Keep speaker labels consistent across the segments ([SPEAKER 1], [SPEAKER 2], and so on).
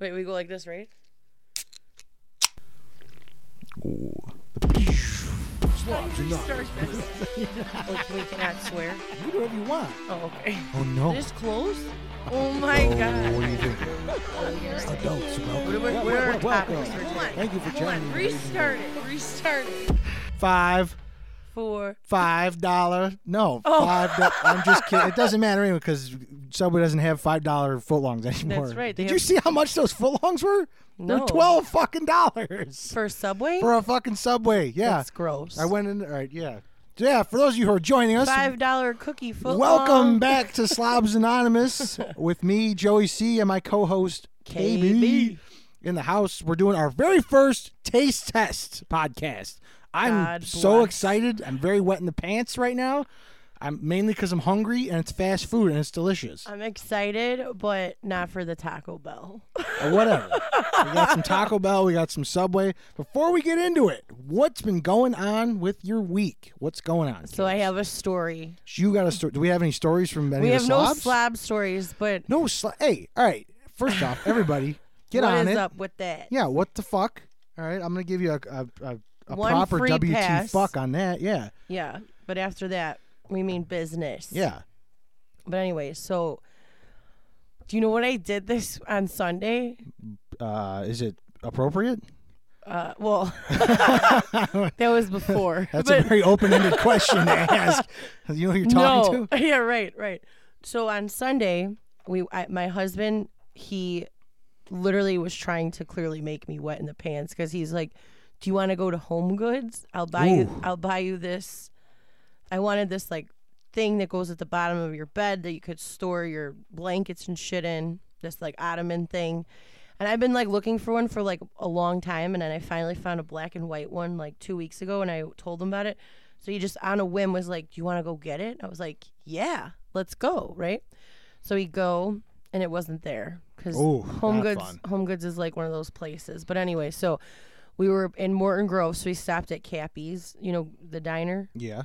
[SPEAKER 1] Wait, we go like this, right?
[SPEAKER 2] Swabs and knives.
[SPEAKER 1] Like we cannot swear.
[SPEAKER 2] You can do whatever you want.
[SPEAKER 1] Oh, okay.
[SPEAKER 2] Oh no.
[SPEAKER 1] This close? Oh my
[SPEAKER 2] oh, What do you
[SPEAKER 1] god.
[SPEAKER 2] think?
[SPEAKER 1] Oh,
[SPEAKER 2] Adults, welcome.
[SPEAKER 1] We're,
[SPEAKER 2] Wel-
[SPEAKER 1] we're
[SPEAKER 2] wel-
[SPEAKER 1] on
[SPEAKER 2] welcome.
[SPEAKER 1] topics for today.
[SPEAKER 2] Thank you for
[SPEAKER 1] Hold on,
[SPEAKER 2] joining.
[SPEAKER 1] Restart it. Restart it.
[SPEAKER 2] Five,
[SPEAKER 1] Four.
[SPEAKER 2] five dollar. No,
[SPEAKER 1] Oh.
[SPEAKER 2] five. do- I'm just kidding. It doesn't matter anyway because Subway doesn't have five dollar footlongs anymore.
[SPEAKER 1] right, they
[SPEAKER 2] Did
[SPEAKER 1] have-
[SPEAKER 2] you see how much those footlongs were?
[SPEAKER 1] No.
[SPEAKER 2] They're twelve fucking dollars
[SPEAKER 1] For Subway?
[SPEAKER 2] for a fucking Subway. Yeah.
[SPEAKER 1] That's gross.
[SPEAKER 2] I went in. All right. Yeah. So, yeah. For those of you who are joining us,
[SPEAKER 1] Five dollar cookie foot. um,
[SPEAKER 2] Welcome back to Slobs Anonymous with me, Joey C, and my co-host KB.
[SPEAKER 1] KB.
[SPEAKER 2] in the house. We're doing our very first taste test podcast. I'm
[SPEAKER 1] God
[SPEAKER 2] so
[SPEAKER 1] bless.
[SPEAKER 2] excited. I'm very wet in the pants right now. I'm mainly because I'm hungry and it's fast food and it's delicious.
[SPEAKER 1] I'm excited, but not for the Taco Bell.
[SPEAKER 2] Uh, Whatever. we got some Taco Bell. We got some Subway. Before we get into it, what's been going on with your week? What's going on?
[SPEAKER 1] So I have a story.
[SPEAKER 2] you got a story? Do we have any stories from any
[SPEAKER 1] we
[SPEAKER 2] of
[SPEAKER 1] have
[SPEAKER 2] the
[SPEAKER 1] no
[SPEAKER 2] slobs?
[SPEAKER 1] slab stories, but
[SPEAKER 2] No sla- Hey, all right. First off, everybody, get
[SPEAKER 1] what
[SPEAKER 2] on
[SPEAKER 1] is
[SPEAKER 2] it.
[SPEAKER 1] up with that?
[SPEAKER 2] Yeah, what the fuck? All right, I'm gonna give you a a, a, a
[SPEAKER 1] One
[SPEAKER 2] proper
[SPEAKER 1] free
[SPEAKER 2] WT
[SPEAKER 1] pass.
[SPEAKER 2] fuck on that. Yeah,
[SPEAKER 1] Yeah, but after that, we mean business.
[SPEAKER 2] yeah.
[SPEAKER 1] But anyway, so do you know what I did this on Sunday?
[SPEAKER 2] Uh, is it appropriate?
[SPEAKER 1] Uh, well, that was before.
[SPEAKER 2] That's
[SPEAKER 1] but
[SPEAKER 2] a very open-ended question to ask. You know who you're talking
[SPEAKER 1] no.
[SPEAKER 2] to?
[SPEAKER 1] yeah, right, right. So on Sunday, we I, my husband he literally was trying to clearly make me wet in the pants because he's like, "Do you want to go to Home Goods? I'll buy you.
[SPEAKER 2] Ooh.
[SPEAKER 1] I'll buy you this. I wanted this like thing that goes at the bottom of your bed that you could store your blankets and shit in. This like ottoman thing." And I've been like looking for one for like a long time, and then I finally found a black and white one like two weeks ago, and I told him about it. So he just on a whim was like, "Do you want to go get it?" I was like, "Yeah, let's go." Right. So we go, and it wasn't there because
[SPEAKER 2] Ooh,
[SPEAKER 1] Home
[SPEAKER 2] not
[SPEAKER 1] Goods
[SPEAKER 2] fun.
[SPEAKER 1] Home Goods is like one of those places. But anyway, so we were in Morton Grove, so we stopped at Cappy's, you know, the diner.
[SPEAKER 2] Yeah.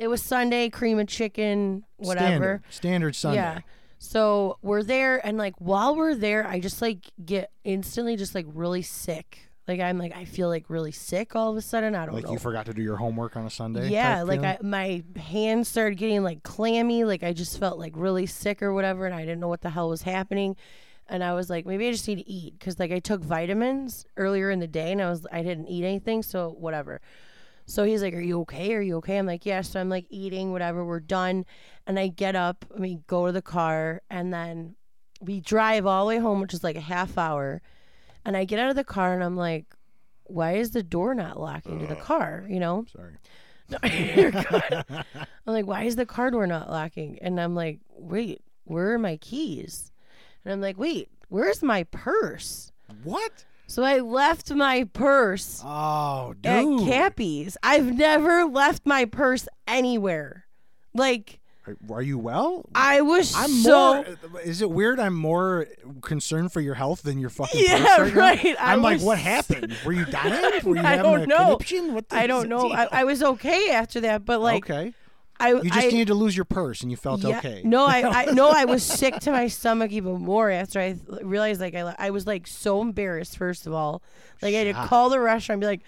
[SPEAKER 1] It was Sunday, cream of chicken, whatever.
[SPEAKER 2] Standard, standard Sunday.
[SPEAKER 1] Yeah. So we're there, and like while we're there, I just like get instantly just like really sick. Like I'm like I feel like really sick all of a sudden. I don't
[SPEAKER 2] Like
[SPEAKER 1] know.
[SPEAKER 2] you forgot to do your homework on a Sunday.
[SPEAKER 1] yeah,
[SPEAKER 2] type
[SPEAKER 1] like I
[SPEAKER 2] feeling?
[SPEAKER 1] my hands started getting like clammy. Like I just felt like really sick or whatever, and I didn't know what the hell was happening. And I was like, maybe I just need to eat because like I took vitamins earlier in the day, and I was I didn't eat anything, so whatever. So he's like, "Are you okay? Are you okay?" I'm like, "Yeah." So I'm like eating whatever. We're done, and I get up. and we go to the car, and then we drive all the way home, which is like a half hour. And I get out of the car, and I'm like, "Why is the door not locking to the car?" You know.
[SPEAKER 2] Sorry.
[SPEAKER 1] You're good. I'm like, why is the car door not locking? And I'm like, wait, where are my keys? And I'm like, wait, where's my purse?
[SPEAKER 2] What?
[SPEAKER 1] So I left my purse
[SPEAKER 2] Oh, dude.
[SPEAKER 1] at Cappy's. I've never left my purse anywhere. Like
[SPEAKER 2] Are- Are you well?
[SPEAKER 1] I was
[SPEAKER 2] I'm
[SPEAKER 1] so
[SPEAKER 2] more. Is it weird? I'm more concerned for your health than your fucking.
[SPEAKER 1] Yeah,
[SPEAKER 2] purse right. now?
[SPEAKER 1] right. I
[SPEAKER 2] I'm like,
[SPEAKER 1] was-
[SPEAKER 2] what happened? Were you dying? Were you
[SPEAKER 1] I
[SPEAKER 2] having
[SPEAKER 1] don't
[SPEAKER 2] a
[SPEAKER 1] know.
[SPEAKER 2] conniption? What the
[SPEAKER 1] I don't know. I, I was okay after that, but like
[SPEAKER 2] okay.
[SPEAKER 1] I
[SPEAKER 2] You just
[SPEAKER 1] I,
[SPEAKER 2] needed to lose your purse, and you felt
[SPEAKER 1] Yeah.
[SPEAKER 2] okay.
[SPEAKER 1] No, I, I no, I was sick to my stomach even more after I th- realized like I le- I was like so embarrassed first of all. Like I had to
[SPEAKER 2] Shocked.
[SPEAKER 1] call the restaurant and be like,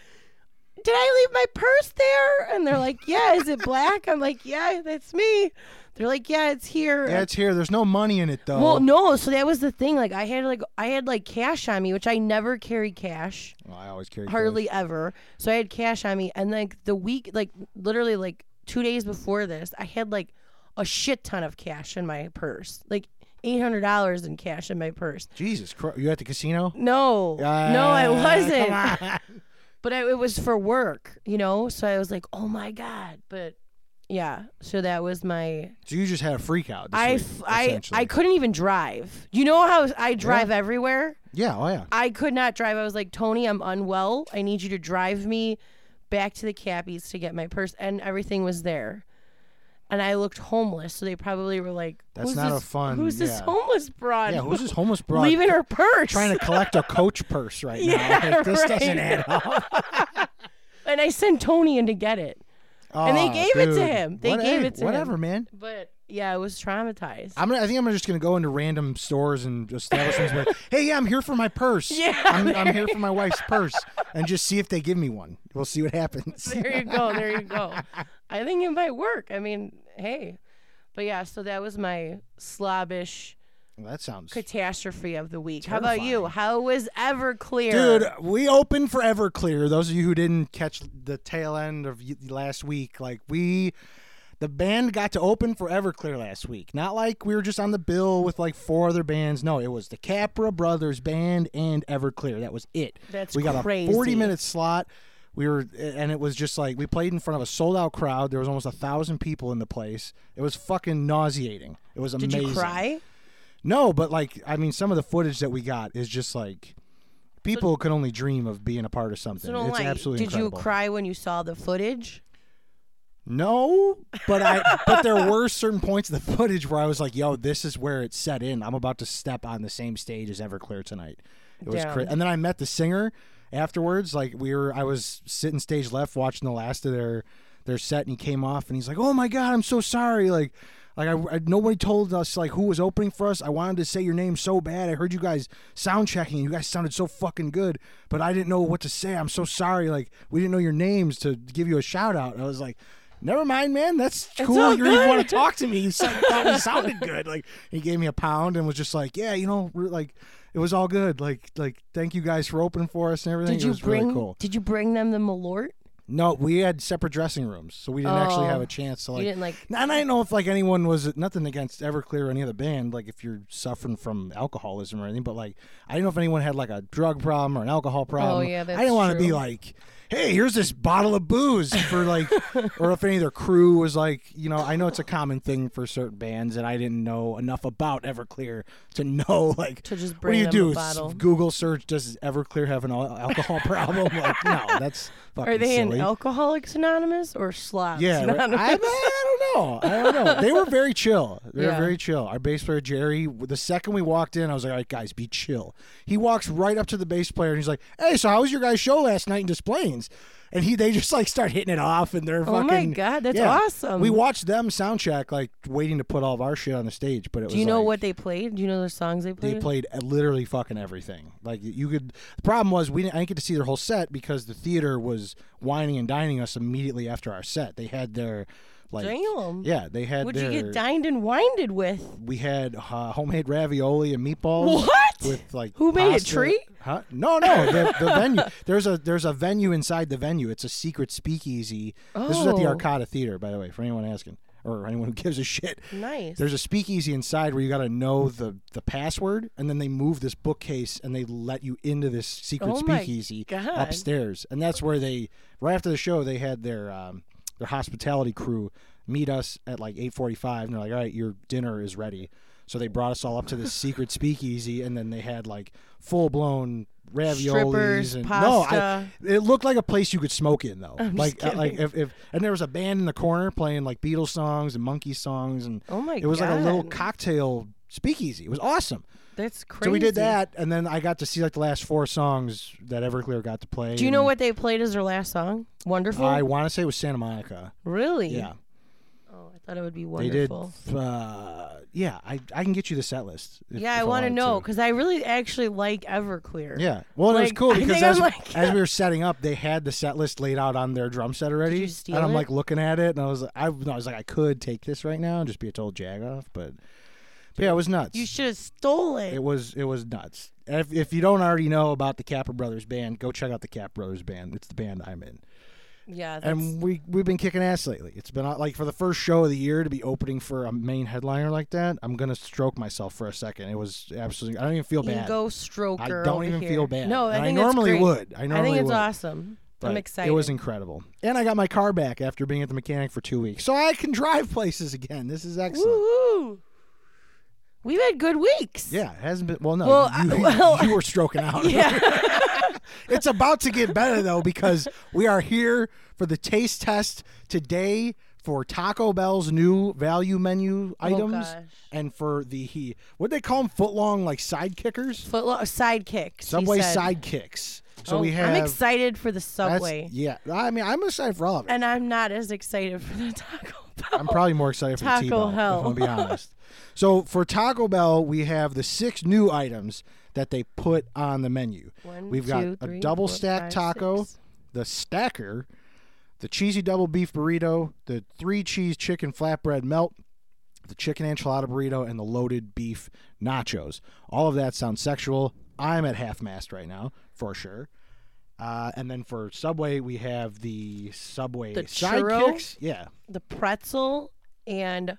[SPEAKER 1] "Did I leave my purse there?" And they're like, "Yeah, is it black?" I'm like, "Yeah, that's me." They're like, "Yeah, it's here."
[SPEAKER 2] Yeah, it's here. There's no money in it though.
[SPEAKER 1] well, no, so that was the thing. Like I had like I had like cash on me, which I never carry cash
[SPEAKER 2] Well, I always carry
[SPEAKER 1] hardly ever. So I had cash on me, and like the week, like literally like two days before this, I had like a shit ton of cash in my purse, like eight hundred dollars in cash in my purse.
[SPEAKER 2] cash. Jesus Christ! You at the casino?
[SPEAKER 1] No, no,
[SPEAKER 2] Ah,
[SPEAKER 1] I wasn't.
[SPEAKER 2] come on.
[SPEAKER 1] But I, it was for work, you know. So I was like, oh my god. But yeah, so that was my.
[SPEAKER 2] So you just had a freak out. This
[SPEAKER 1] I
[SPEAKER 2] week,
[SPEAKER 1] f- I
[SPEAKER 2] essentially.
[SPEAKER 1] I couldn't even drive. You know how I drive everywhere.
[SPEAKER 2] yeah, oh yeah.
[SPEAKER 1] I could not drive. I was like, Tony, I'm unwell. I need you to drive me back to the Cappies to get my purse. And everything was there. And I looked homeless. So they probably were like,
[SPEAKER 2] That's
[SPEAKER 1] who's
[SPEAKER 2] not
[SPEAKER 1] this,
[SPEAKER 2] a fun-
[SPEAKER 1] Who's this
[SPEAKER 2] yeah.
[SPEAKER 1] homeless broad?
[SPEAKER 2] Yeah, who's this homeless broad
[SPEAKER 1] leaving
[SPEAKER 2] co-
[SPEAKER 1] her purse?
[SPEAKER 2] trying to collect a coach purse right
[SPEAKER 1] Yeah,
[SPEAKER 2] now? Like, this
[SPEAKER 1] right.
[SPEAKER 2] doesn't add up.
[SPEAKER 1] and I sent Tony in to get it. And they
[SPEAKER 2] Aw,
[SPEAKER 1] gave it to
[SPEAKER 2] dude.
[SPEAKER 1] him. They
[SPEAKER 2] Ah, What-
[SPEAKER 1] gave
[SPEAKER 2] hey,
[SPEAKER 1] it to him.
[SPEAKER 2] whatever, man.
[SPEAKER 1] But Yeah, I was traumatized.
[SPEAKER 2] I'm gonna. I think I'm just gonna go into random stores and establishments. and be like, hey, yeah, I'm here for my purse.
[SPEAKER 1] Yeah,
[SPEAKER 2] I'm, I'm here for my wife's purse, and just see if they give me one. We'll see what happens.
[SPEAKER 1] there you go. There you go. I think it might work. I mean, hey. But yeah, so that was my slobbish
[SPEAKER 2] Well, that sounds.
[SPEAKER 1] catastrophe of the week. How about you? How was Everclear?
[SPEAKER 2] Dude, we opened for Everclear. Those of you who didn't catch the tail end of y- last week, like we, the band got to open for Everclear last week. Not like we were just on the bill with like four other bands. No, it was the Capra Brothers Band and Everclear. That was it.
[SPEAKER 1] That's
[SPEAKER 2] we got
[SPEAKER 1] crazy.
[SPEAKER 2] a forty-minute slot. We were, and it was just like we played in front of a sold-out crowd. There was almost a thousand people in the place. It was fucking nauseating. It was
[SPEAKER 1] Did
[SPEAKER 2] amazing.
[SPEAKER 1] you cry?
[SPEAKER 2] No, but like I mean, some of the footage that we got is just like people can only dream of being a part of something.
[SPEAKER 1] So don't
[SPEAKER 2] it's
[SPEAKER 1] lie.
[SPEAKER 2] absolutely
[SPEAKER 1] Did
[SPEAKER 2] incredible.
[SPEAKER 1] you cry when you saw the footage?
[SPEAKER 2] No, but I but there were certain points of the footage where I was like, "Yo, this is where it's set in. I'm about to step on the same stage as Everclear tonight." It was
[SPEAKER 1] Damn.
[SPEAKER 2] crazy. And then I met the singer afterwards. Like we were, I was sitting stage left watching the last of their their set, and he came off and he's like, "Oh my god, I'm so sorry." Like. Like I, I, nobody told us like who was opening for us. I wanted to say your name so bad. I heard you guys sound checking. You guys sounded so fucking good, but I didn't know what to say. I'm so sorry. Like we didn't know your names to give you a shout out. And I was like, Never mind, man. That's cool.
[SPEAKER 1] all
[SPEAKER 2] You even
[SPEAKER 1] good.
[SPEAKER 2] want to talk to me. You said- thought we sounded good. Like he gave me a pound and was just like, yeah, you know, we're, like it was all good. Like like thank you guys for opening for us and everything.
[SPEAKER 1] Did
[SPEAKER 2] it
[SPEAKER 1] you
[SPEAKER 2] was
[SPEAKER 1] bring?
[SPEAKER 2] really cool.
[SPEAKER 1] Did you bring them the Malort?
[SPEAKER 2] No, we had separate dressing rooms, so we didn't actually
[SPEAKER 1] Oh.
[SPEAKER 2] have a chance to like.
[SPEAKER 1] didn't, like-
[SPEAKER 2] And I didn't know if like anyone was nothing against Everclear or any other band. Like if you're suffering from alcoholism or anything, but like I didn't know if anyone had like a drug problem or an alcohol problem.
[SPEAKER 1] Oh, yeah, that's
[SPEAKER 2] I didn't want to be
[SPEAKER 1] true.
[SPEAKER 2] like, hey, here's this bottle of booze for like, or if any of their crew was like, you know, I know it's a common thing for certain bands, and I didn't know enough about Everclear to know like
[SPEAKER 1] To just
[SPEAKER 2] what do
[SPEAKER 1] bring
[SPEAKER 2] you
[SPEAKER 1] them
[SPEAKER 2] do?
[SPEAKER 1] a
[SPEAKER 2] S-
[SPEAKER 1] bottle.
[SPEAKER 2] Google search does Everclear have an al- alcohol problem? like no, that's fucking
[SPEAKER 1] Are they in
[SPEAKER 2] silly.
[SPEAKER 1] Alcoholics Anonymous or Slobs
[SPEAKER 2] Yeah, right.
[SPEAKER 1] Anonymous?
[SPEAKER 2] I, I don't know. I don't know. They were very chill. They were
[SPEAKER 1] Yeah.
[SPEAKER 2] very chill. Our bass player Jerry, the second we walked in, I was like, "All right, guys, be chill." He walks right up to the bass player and he's like, "Hey, so how was your guys' show last night in Des Plaines?" And he, they just like start hitting it off, and they're
[SPEAKER 1] Oh
[SPEAKER 2] fucking.
[SPEAKER 1] my God, that's
[SPEAKER 2] yeah.
[SPEAKER 1] awesome.
[SPEAKER 2] We watched them sound check, like waiting to put all of our shit on the stage, but it was.
[SPEAKER 1] Do you know
[SPEAKER 2] like-
[SPEAKER 1] what they played? Do you know the songs they played?
[SPEAKER 2] they played uh, literally fucking everything. Like you could. The problem was we didn't, I didn't get to see their whole set because the theater was whining and dining us immediately after our set. They had their like.
[SPEAKER 1] Damn.
[SPEAKER 2] Yeah, they had.
[SPEAKER 1] What'd
[SPEAKER 2] their,
[SPEAKER 1] you get dined and wined with?
[SPEAKER 2] We had uh, homemade ravioli and meatballs.
[SPEAKER 1] What?
[SPEAKER 2] With like
[SPEAKER 1] Who made it,
[SPEAKER 2] pasta-
[SPEAKER 1] Tree?
[SPEAKER 2] Huh? No, no. The, the venue. There's a there's a venue inside the venue. It's a secret speakeasy. This was at the
[SPEAKER 1] Oh.
[SPEAKER 2] Arcata Theater, by the way, for anyone asking or anyone who gives a shit.
[SPEAKER 1] Nice.
[SPEAKER 2] There's a speakeasy inside where you got to know the the password, and then they move this bookcase and they let you into this secret
[SPEAKER 1] Oh my
[SPEAKER 2] speakeasy
[SPEAKER 1] God.
[SPEAKER 2] upstairs. And that's where they, right after the show, they had their um, their hospitality crew meet us at like 8:45, and they're like, "All right, your dinner is ready." So they brought us all up to this secret speakeasy, and then they had like full blown raviolis
[SPEAKER 1] Strippers,
[SPEAKER 2] and no, I,
[SPEAKER 1] pasta.
[SPEAKER 2] it looked like a place you could smoke in though.
[SPEAKER 1] I'm just
[SPEAKER 2] like uh, like
[SPEAKER 1] kidding.
[SPEAKER 2] if, if and there was a band in the corner playing like Beatles songs and Monkey songs and
[SPEAKER 1] Oh my
[SPEAKER 2] it was like a little
[SPEAKER 1] God.
[SPEAKER 2] cocktail speakeasy. It was awesome.
[SPEAKER 1] That's crazy.
[SPEAKER 2] So we did that and then I got to see like the last four songs that Everclear got to play.
[SPEAKER 1] Do you know
[SPEAKER 2] and
[SPEAKER 1] what they played as their last song? Wonderful.
[SPEAKER 2] I want to say it was Santa Monica.
[SPEAKER 1] really?
[SPEAKER 2] Yeah.
[SPEAKER 1] Oh, I thought it would be
[SPEAKER 2] They
[SPEAKER 1] wonderful.
[SPEAKER 2] did uh, yeah, I, I can get you the set list. if-
[SPEAKER 1] Yeah,
[SPEAKER 2] if
[SPEAKER 1] I want to
[SPEAKER 2] wanted
[SPEAKER 1] know because I really actually like Everclear.
[SPEAKER 2] Yeah. Well, it was
[SPEAKER 1] Like,
[SPEAKER 2] cool
[SPEAKER 1] I
[SPEAKER 2] because
[SPEAKER 1] think
[SPEAKER 2] as,
[SPEAKER 1] I'm like-
[SPEAKER 2] as we were setting up, they had the set list laid out on their drum set already,
[SPEAKER 1] you steal
[SPEAKER 2] and I'm
[SPEAKER 1] it?
[SPEAKER 2] like looking at it, and I was I, I was like I could take this right now and just be a total jag off, but, but yeah, it was nuts.
[SPEAKER 1] You should have stole it.
[SPEAKER 2] it was it was nuts. If, if you don't already know about the Capra Brothers band, go check out the Capra Brothers band. It's the band I'm in,
[SPEAKER 1] yeah. That's,
[SPEAKER 2] and we we've been kicking ass lately. It's been uh, like for the first show of the year to be opening for a main headliner like that. I'm gonna stroke myself for a second. It was absolutely I don't even feel
[SPEAKER 1] you
[SPEAKER 2] bad.
[SPEAKER 1] go stroker.
[SPEAKER 2] I don't
[SPEAKER 1] over
[SPEAKER 2] even
[SPEAKER 1] here.
[SPEAKER 2] feel bad.
[SPEAKER 1] No, I
[SPEAKER 2] And
[SPEAKER 1] think that's
[SPEAKER 2] normally
[SPEAKER 1] great.
[SPEAKER 2] would. I normally
[SPEAKER 1] I think it's
[SPEAKER 2] would.
[SPEAKER 1] awesome.
[SPEAKER 2] but
[SPEAKER 1] I'm excited.
[SPEAKER 2] It was incredible. And I got my car back after being at the mechanic for two weeks. So I can drive places again. This is excellent.
[SPEAKER 1] Woohoo! We've had good weeks.
[SPEAKER 2] Yeah, it hasn't been. Well, no,
[SPEAKER 1] Well,
[SPEAKER 2] you,
[SPEAKER 1] I- well-
[SPEAKER 2] you were stroking out.
[SPEAKER 1] Yeah.
[SPEAKER 2] It's about to get better, though, because we are here for the taste test today for Taco Bell's new value menu items
[SPEAKER 1] Oh, gosh.
[SPEAKER 2] and for the, what they call them, footlong, like side kickers?
[SPEAKER 1] Footlo- sidekicks. he
[SPEAKER 2] Subway
[SPEAKER 1] said.
[SPEAKER 2] sidekicks. So
[SPEAKER 1] Oh,
[SPEAKER 2] we have.
[SPEAKER 1] I'm excited for the
[SPEAKER 2] that's-
[SPEAKER 1] Subway,
[SPEAKER 2] Yeah, I mean, I'm excited for all of it.
[SPEAKER 1] and I'm not as excited for the Taco Bell.
[SPEAKER 2] I'm probably more excited for
[SPEAKER 1] Taco
[SPEAKER 2] the T-Bell,
[SPEAKER 1] Hell.
[SPEAKER 2] if I'm gonna be honest. so for Taco Bell, we have the six new items that they put on the menu.
[SPEAKER 1] One,
[SPEAKER 2] We've
[SPEAKER 1] two,
[SPEAKER 2] got
[SPEAKER 1] three,
[SPEAKER 2] a double
[SPEAKER 1] four,
[SPEAKER 2] stack
[SPEAKER 1] five,
[SPEAKER 2] taco,
[SPEAKER 1] six.
[SPEAKER 2] the stacker, the cheesy double beef burrito, the three cheese chicken flatbread melt, the chicken enchilada burrito, and the loaded beef nachos. All of that sounds sexual. I'm at half mast right now, for sure. Uh, and then for Subway, we have the Subway
[SPEAKER 1] The churro?
[SPEAKER 2] sidekicks. Yeah,
[SPEAKER 1] the pretzel and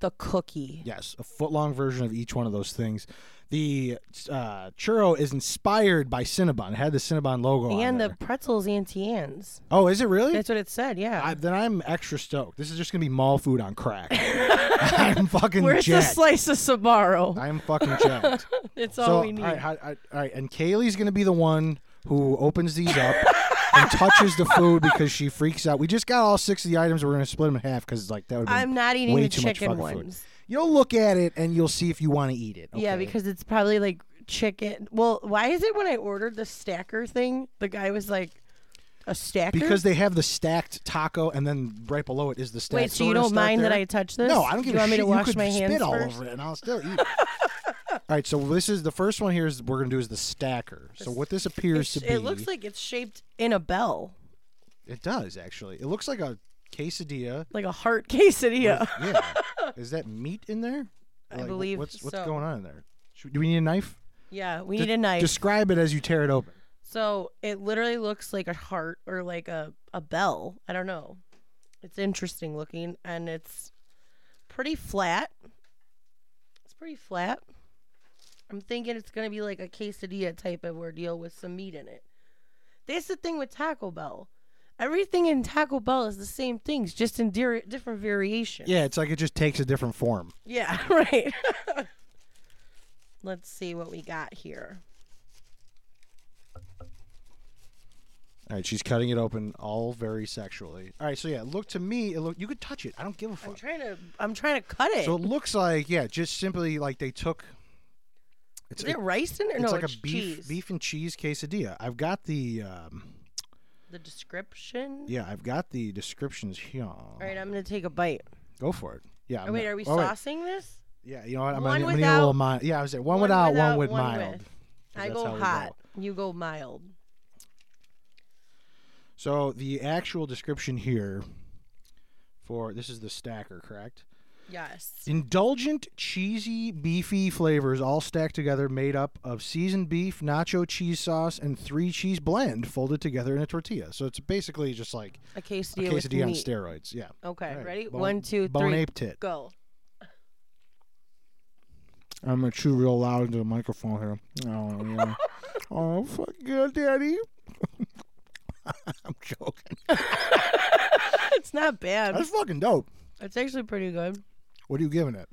[SPEAKER 1] the cookie.
[SPEAKER 2] Yes, a foot long version of each one of those things. The uh, churro is inspired by Cinnabon. It had the Cinnabon logo on
[SPEAKER 1] And the
[SPEAKER 2] there.
[SPEAKER 1] pretzels Auntie Anne's.
[SPEAKER 2] Oh, is it really?
[SPEAKER 1] That's what it said, yeah.
[SPEAKER 2] I, then I'm extra stoked. This is just gonna be mall food on crack. I'm fucking
[SPEAKER 1] Where's the
[SPEAKER 2] jacked.
[SPEAKER 1] slice of Sabaro?
[SPEAKER 2] I'm fucking jacked.
[SPEAKER 1] It's
[SPEAKER 2] so,
[SPEAKER 1] all we need.
[SPEAKER 2] All right, how- I- all right, and Kaylee's gonna be the one who opens these up and touches the food because she freaks out. We just got all six of the items. We're gonna split them in half because like that would.
[SPEAKER 1] I'm not eating
[SPEAKER 2] way
[SPEAKER 1] the
[SPEAKER 2] too much
[SPEAKER 1] chicken
[SPEAKER 2] fucking food.
[SPEAKER 1] ones.
[SPEAKER 2] You'll look at it and you'll see if you want to eat it.
[SPEAKER 1] Yeah,
[SPEAKER 2] okay?
[SPEAKER 1] because it's probably like chicken. Well, why is it when I ordered the stacker thing, the guy was like, a stacker?
[SPEAKER 2] Because they have the stacked taco, and then right below it is the stacked.
[SPEAKER 1] Wait, so you don't mind that I touch this?
[SPEAKER 2] No, I don't give
[SPEAKER 1] you
[SPEAKER 2] a
[SPEAKER 1] want me
[SPEAKER 2] shit.
[SPEAKER 1] to wash
[SPEAKER 2] you could
[SPEAKER 1] my
[SPEAKER 2] spit
[SPEAKER 1] hands
[SPEAKER 2] all
[SPEAKER 1] first?
[SPEAKER 2] over it, and I'll still eat. it. all right, so this is the first one here. Is we're gonna do is the stacker. So what this appears
[SPEAKER 1] It's-
[SPEAKER 2] to be,
[SPEAKER 1] it looks like it's shaped in a bell,
[SPEAKER 2] it does actually. It looks like a quesadilla.
[SPEAKER 1] like a heart quesadilla.
[SPEAKER 2] Yeah, is that meat in there?
[SPEAKER 1] I
[SPEAKER 2] Like, wh-
[SPEAKER 1] believe
[SPEAKER 2] What's what's
[SPEAKER 1] so.
[SPEAKER 2] going on in there? Should, do we need a knife?
[SPEAKER 1] yeah, we
[SPEAKER 2] De-
[SPEAKER 1] need a knife.
[SPEAKER 2] Describe it as you tear it open.
[SPEAKER 1] So it literally looks like a heart or like a, a bell. I don't know. It's interesting looking and it's pretty flat. It's pretty flat. I'm thinking it's going to be like a quesadilla type of ordeal with some meat in it. That's the thing with Taco Bell. Everything in Taco Bell is the same things, just in dear, different variation.
[SPEAKER 2] Yeah, it's like it just takes a different form.
[SPEAKER 1] Yeah, right. Let's see what we got here.
[SPEAKER 2] All right, she's cutting it open, all very sexually. All right, so yeah, look to me, it look you could touch it. I don't give a
[SPEAKER 1] I'm
[SPEAKER 2] fuck.
[SPEAKER 1] trying to I'm trying to cut it.
[SPEAKER 2] So it looks like yeah, just simply like they took. It's
[SPEAKER 1] Is it
[SPEAKER 2] it-
[SPEAKER 1] rice in it?
[SPEAKER 2] it's
[SPEAKER 1] no,
[SPEAKER 2] like
[SPEAKER 1] it's
[SPEAKER 2] a beef
[SPEAKER 1] cheese.
[SPEAKER 2] beef and cheese quesadilla. I've got the um,
[SPEAKER 1] The description.
[SPEAKER 2] yeah, I've got the descriptions here.
[SPEAKER 1] All right, I'm gonna take a bite.
[SPEAKER 2] Go for it. Yeah.
[SPEAKER 1] Oh,
[SPEAKER 2] I'm
[SPEAKER 1] wait,
[SPEAKER 2] not-
[SPEAKER 1] are we
[SPEAKER 2] oh, wait.
[SPEAKER 1] saucing this?
[SPEAKER 2] Yeah, you know what?
[SPEAKER 1] One
[SPEAKER 2] I'm gonna, I'm gonna need a little
[SPEAKER 1] without-
[SPEAKER 2] mild. Yeah, I was there. One,
[SPEAKER 1] one
[SPEAKER 2] without,
[SPEAKER 1] without,
[SPEAKER 2] one with
[SPEAKER 1] one
[SPEAKER 2] mild.
[SPEAKER 1] with.
[SPEAKER 2] 'cause
[SPEAKER 1] I
[SPEAKER 2] that's how
[SPEAKER 1] go
[SPEAKER 2] we
[SPEAKER 1] hot. You go mild.
[SPEAKER 2] So the actual description here for this is the stacker, correct?
[SPEAKER 1] Yes.
[SPEAKER 2] Indulgent, cheesy, beefy flavors all stacked together, made up of seasoned beef, nacho cheese sauce, and three cheese blend folded together in a tortilla. So it's basically just like
[SPEAKER 1] A
[SPEAKER 2] a
[SPEAKER 1] quesadilla, with
[SPEAKER 2] quesadilla on
[SPEAKER 1] meat.
[SPEAKER 2] steroids. Yeah.
[SPEAKER 1] Okay,
[SPEAKER 2] All right.
[SPEAKER 1] ready?
[SPEAKER 2] Bone-
[SPEAKER 1] One, two, three,
[SPEAKER 2] Bone ape tit.
[SPEAKER 1] go.
[SPEAKER 2] I'm gonna chew real loud into the microphone here. Oh yeah. oh fuck yeah, daddy. I'm joking.
[SPEAKER 1] it's not bad.
[SPEAKER 2] That's fucking dope.
[SPEAKER 1] It's actually pretty good.
[SPEAKER 2] What are you giving it?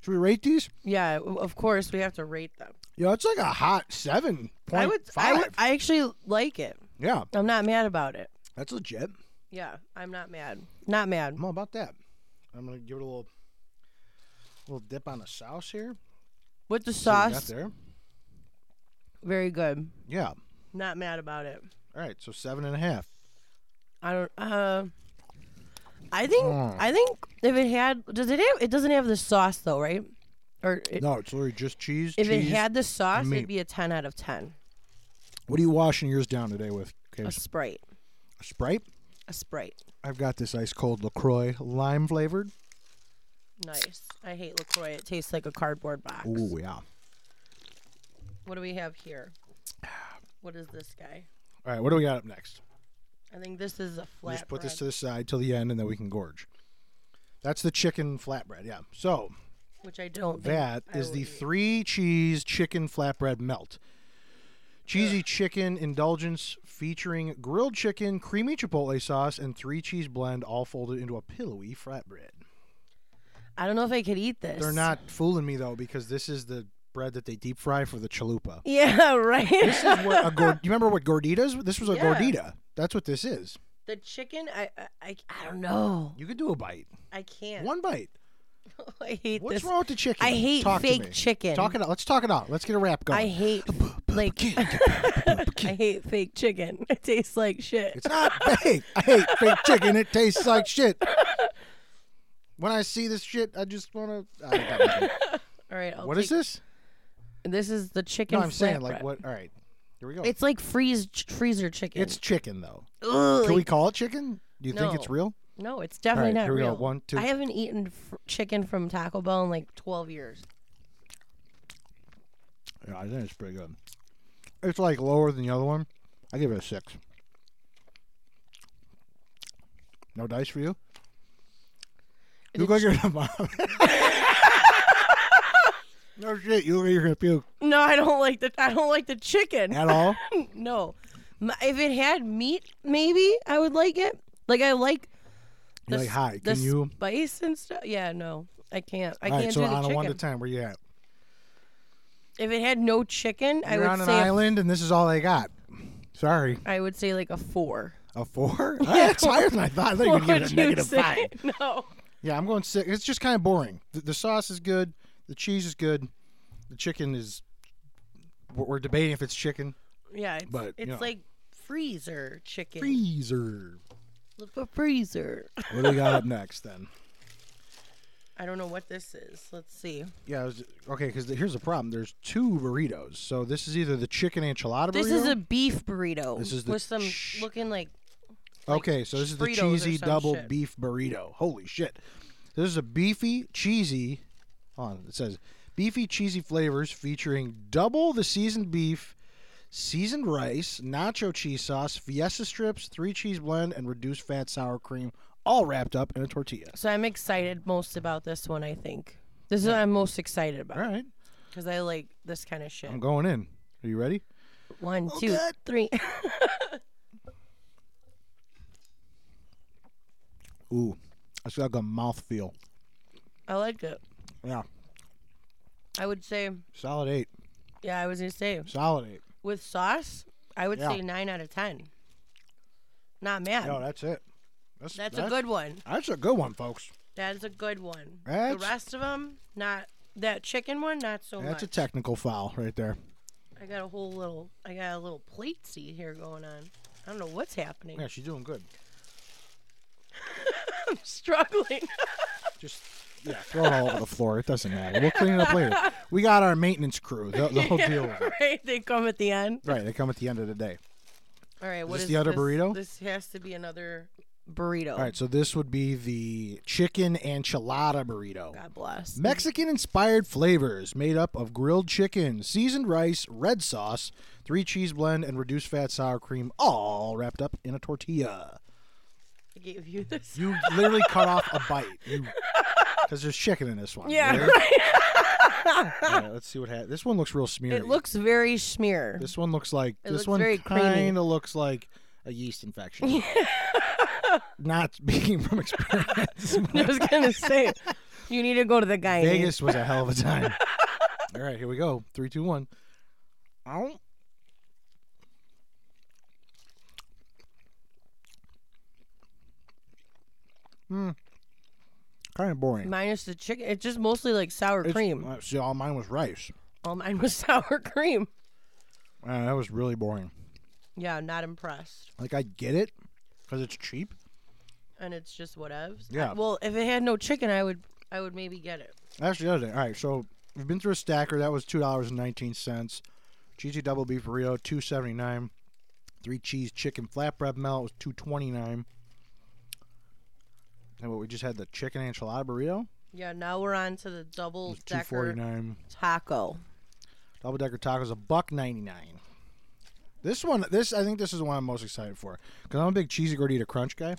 [SPEAKER 2] Should we rate these?
[SPEAKER 1] Yeah, w- of course we have to rate them.
[SPEAKER 2] Yeah, it's like a hot seven
[SPEAKER 1] I
[SPEAKER 2] point
[SPEAKER 1] would, I
[SPEAKER 2] five.
[SPEAKER 1] would, I actually like it.
[SPEAKER 2] yeah,
[SPEAKER 1] I'm not mad about it.
[SPEAKER 2] that's legit.
[SPEAKER 1] Yeah, I'm not mad. Not mad.
[SPEAKER 2] I'm all about that. I'm gonna give it a little, little dip on the sauce here.
[SPEAKER 1] With the
[SPEAKER 2] See what we got
[SPEAKER 1] sauce,
[SPEAKER 2] there.
[SPEAKER 1] very good.
[SPEAKER 2] Yeah.
[SPEAKER 1] Not mad about it.
[SPEAKER 2] All right. So seven and a half.
[SPEAKER 1] I don't. Uh, I think.
[SPEAKER 2] Mm.
[SPEAKER 1] I think if it had, does it have? It doesn't have the sauce though, right? Or it,
[SPEAKER 2] No, it's literally just cheese.
[SPEAKER 1] if it
[SPEAKER 2] cheese.
[SPEAKER 1] had the sauce,
[SPEAKER 2] meat.
[SPEAKER 1] it'd be a ten out of ten.
[SPEAKER 2] what are you washing yours down today with? Okay,
[SPEAKER 1] A sprite.
[SPEAKER 2] Sprite.
[SPEAKER 1] A sprite.
[SPEAKER 2] I've got this ice cold Lacroix lime flavored.
[SPEAKER 1] Nice. I hate Lacroix. It tastes like a cardboard box.
[SPEAKER 2] Ooh yeah.
[SPEAKER 1] What do we have here? What is this guy?
[SPEAKER 2] All right. What do we got up next?
[SPEAKER 1] I think this is a
[SPEAKER 2] We'll
[SPEAKER 1] flat.
[SPEAKER 2] just put this to the side till the end, and then we can gorge. That's the chicken flatbread. Yeah. So
[SPEAKER 1] which I don't.
[SPEAKER 2] That
[SPEAKER 1] think I
[SPEAKER 2] is
[SPEAKER 1] will
[SPEAKER 2] the
[SPEAKER 1] eat.
[SPEAKER 2] three cheese chicken flatbread melt. Cheesy chicken indulgence featuring grilled chicken, creamy chipotle sauce, and three cheese blend, all folded into a pillowy flatbread.
[SPEAKER 1] I don't know if I could eat this.
[SPEAKER 2] They're not fooling me though, because this is the bread that they deep fry for the chalupa.
[SPEAKER 1] Yeah.
[SPEAKER 2] This
[SPEAKER 1] Right.
[SPEAKER 2] is what a gord- you remember what gorditas? This was a
[SPEAKER 1] Yeah.
[SPEAKER 2] gordita. That's what this is.
[SPEAKER 1] the chicken. I, I. I. I don't know.
[SPEAKER 2] You could do a bite,
[SPEAKER 1] I can't.
[SPEAKER 2] one bite.
[SPEAKER 1] I hate
[SPEAKER 2] What's
[SPEAKER 1] this.
[SPEAKER 2] wrong with the chicken?
[SPEAKER 1] I hate
[SPEAKER 2] Talk to
[SPEAKER 1] fake
[SPEAKER 2] me.
[SPEAKER 1] chicken.
[SPEAKER 2] Talk it out. Let's talk it out. Let's get a wrap going.
[SPEAKER 1] I hate like I hate fake chicken. It tastes like shit.
[SPEAKER 2] It's not fake. I hate fake chicken. It tastes like shit. When I see this shit, I just want to.
[SPEAKER 1] All right. I'll
[SPEAKER 2] What is
[SPEAKER 1] take-
[SPEAKER 2] this?
[SPEAKER 1] This is the chicken.
[SPEAKER 2] No, I'm saying like
[SPEAKER 1] flatbread.
[SPEAKER 2] what? All right, here we go.
[SPEAKER 1] It's like freeze ch- freezer chicken.
[SPEAKER 2] It's chicken though.
[SPEAKER 1] Ugh,
[SPEAKER 2] Can we
[SPEAKER 1] like-
[SPEAKER 2] call it chicken? Do you think it's
[SPEAKER 1] No.
[SPEAKER 2] real?
[SPEAKER 1] no, it's
[SPEAKER 2] All right,
[SPEAKER 1] definitely not
[SPEAKER 2] here we
[SPEAKER 1] real.
[SPEAKER 2] go. One, two.
[SPEAKER 1] I haven't eaten fr- chicken from Taco Bell in like 12 years.
[SPEAKER 2] Yeah, I think it's pretty good. It's like lower than the other one. I give it a six. No dice for you. You look like you're gonna vomit. no shit, you look like you're gonna puke
[SPEAKER 1] No, I don't like the I don't like the chicken.
[SPEAKER 2] at all.
[SPEAKER 1] No, M- if it had meat, maybe I would like it. Like I like
[SPEAKER 2] You're like,
[SPEAKER 1] s-
[SPEAKER 2] hi,
[SPEAKER 1] the
[SPEAKER 2] can you?
[SPEAKER 1] spice and stuff. Yeah, no, I can't. I
[SPEAKER 2] all right,
[SPEAKER 1] can't
[SPEAKER 2] so
[SPEAKER 1] do
[SPEAKER 2] on
[SPEAKER 1] the
[SPEAKER 2] a one to
[SPEAKER 1] chicken.
[SPEAKER 2] ten, where you at?
[SPEAKER 1] if it had no chicken, I
[SPEAKER 2] You're
[SPEAKER 1] would
[SPEAKER 2] on an
[SPEAKER 1] say a,
[SPEAKER 2] island, and this is all they got. Sorry,
[SPEAKER 1] I would say like a four.
[SPEAKER 2] a four. All right, It's higher than I thought. I thought you were
[SPEAKER 1] What
[SPEAKER 2] gonna
[SPEAKER 1] would
[SPEAKER 2] give it a
[SPEAKER 1] you
[SPEAKER 2] negative five.
[SPEAKER 1] say? No.
[SPEAKER 2] Yeah, I'm going six. It's just kind of boring. The, the sauce is good. The cheese is good. The chicken is. We're we're debating if it's chicken.
[SPEAKER 1] Yeah, it's,
[SPEAKER 2] But, you
[SPEAKER 1] it's
[SPEAKER 2] know.
[SPEAKER 1] like freezer chicken.
[SPEAKER 2] Freezer.
[SPEAKER 1] Look for freezer.
[SPEAKER 2] What do we got up next then?
[SPEAKER 1] I don't know what this is. Let's see.
[SPEAKER 2] Yeah, it was, okay. Because here's the problem. There's two burritos. So this is either the chicken enchilada
[SPEAKER 1] This
[SPEAKER 2] burrito.
[SPEAKER 1] is a beef burrito
[SPEAKER 2] This is the
[SPEAKER 1] with some
[SPEAKER 2] ch-
[SPEAKER 1] looking like
[SPEAKER 2] okay. So this is the
[SPEAKER 1] Fritos or
[SPEAKER 2] cheesy
[SPEAKER 1] some
[SPEAKER 2] double
[SPEAKER 1] shit.
[SPEAKER 2] beef burrito. Holy shit! This is a beefy cheesy. Hold on, it says beefy cheesy flavors featuring double the seasoned beef, seasoned rice, nacho cheese sauce, fiesta strips, three cheese blend, and reduced fat sour cream, all wrapped up in a tortilla.
[SPEAKER 1] So I'm excited most about this one. I think this is what I'm most excited about
[SPEAKER 2] All right,
[SPEAKER 1] because I like this kind of shit.
[SPEAKER 2] I'm going in. Are you ready?
[SPEAKER 1] One, two,
[SPEAKER 2] God.
[SPEAKER 1] three.
[SPEAKER 2] Ooh, it's like a mouthfeel.
[SPEAKER 1] I like it.
[SPEAKER 2] Yeah,
[SPEAKER 1] I would say,
[SPEAKER 2] solid eight.
[SPEAKER 1] yeah, I was gonna say
[SPEAKER 2] Solid eight.
[SPEAKER 1] with sauce, I would
[SPEAKER 2] Yeah.
[SPEAKER 1] say nine out of ten. Not mad.
[SPEAKER 2] No, that's it. That's,
[SPEAKER 1] that's, a good one.
[SPEAKER 2] That's a good one, folks.
[SPEAKER 1] That's a good one. the
[SPEAKER 2] That's-
[SPEAKER 1] rest of them, not that chicken one, not so
[SPEAKER 2] That's a
[SPEAKER 1] much.
[SPEAKER 2] technical foul right there.
[SPEAKER 1] I got a whole little, I got a little plate seat here going on. I don't know what's happening.
[SPEAKER 2] Yeah, she's doing good.
[SPEAKER 1] I'm struggling.
[SPEAKER 2] Just yeah, throw it all over the floor. It doesn't matter. We'll clean it up later. We got our maintenance crew. They'll, they'll deal with it.
[SPEAKER 1] right, they come at the end.
[SPEAKER 2] Right, they come at the end of the day.
[SPEAKER 1] All right, what
[SPEAKER 2] this
[SPEAKER 1] is
[SPEAKER 2] the other
[SPEAKER 1] this-
[SPEAKER 2] burrito?
[SPEAKER 1] This has to be another burrito.
[SPEAKER 2] All right, so this would be the chicken enchilada burrito.
[SPEAKER 1] God bless.
[SPEAKER 2] Mexican inspired flavors made up of grilled chicken, seasoned rice, red sauce, three cheese blend, and reduced fat sour cream, all wrapped up in a tortilla.
[SPEAKER 1] I gave you this.
[SPEAKER 2] You literally cut off a bite. You because there's chicken in this one.
[SPEAKER 1] yeah,
[SPEAKER 2] right?
[SPEAKER 1] right.
[SPEAKER 2] All right, let's see what happens. This one looks real smeary.
[SPEAKER 1] It looks very smear.
[SPEAKER 2] This one looks like. this
[SPEAKER 1] looks
[SPEAKER 2] one
[SPEAKER 1] very creamy.
[SPEAKER 2] kind of looks like a yeast infection. Not speaking from experience,
[SPEAKER 1] I was gonna say, you need to go to the guy.
[SPEAKER 2] Vegas was a hell of a time. All right, here we go. Three, two, one. Ow. Hmm. Kind of boring.
[SPEAKER 1] Minus the chicken, it's just mostly like sour
[SPEAKER 2] It's-
[SPEAKER 1] cream.
[SPEAKER 2] uh, see, all mine was rice.
[SPEAKER 1] All mine was sour cream.
[SPEAKER 2] Uh, that was really boring.
[SPEAKER 1] Yeah, not impressed.
[SPEAKER 2] Like I get it, because it's cheap.
[SPEAKER 1] And it's just whatevs.
[SPEAKER 2] Yeah.
[SPEAKER 1] Well, if it had no chicken, I would, I would maybe get it.
[SPEAKER 2] That's the other thing. All right, so we've been through a stacker. That was two dollars and nineteen cents. GG double beef burrito two seventy nine. Three cheese chicken flatbread melt was two twenty nine. And what we just had the chicken enchilada burrito
[SPEAKER 1] Yeah. Now we're on to the double
[SPEAKER 2] was two forty
[SPEAKER 1] decker
[SPEAKER 2] nine.
[SPEAKER 1] taco.
[SPEAKER 2] Double decker tacos a buck ninety nine. This one, this I think this is the one I'm most excited for because I'm a big cheesy gordita crunch guy.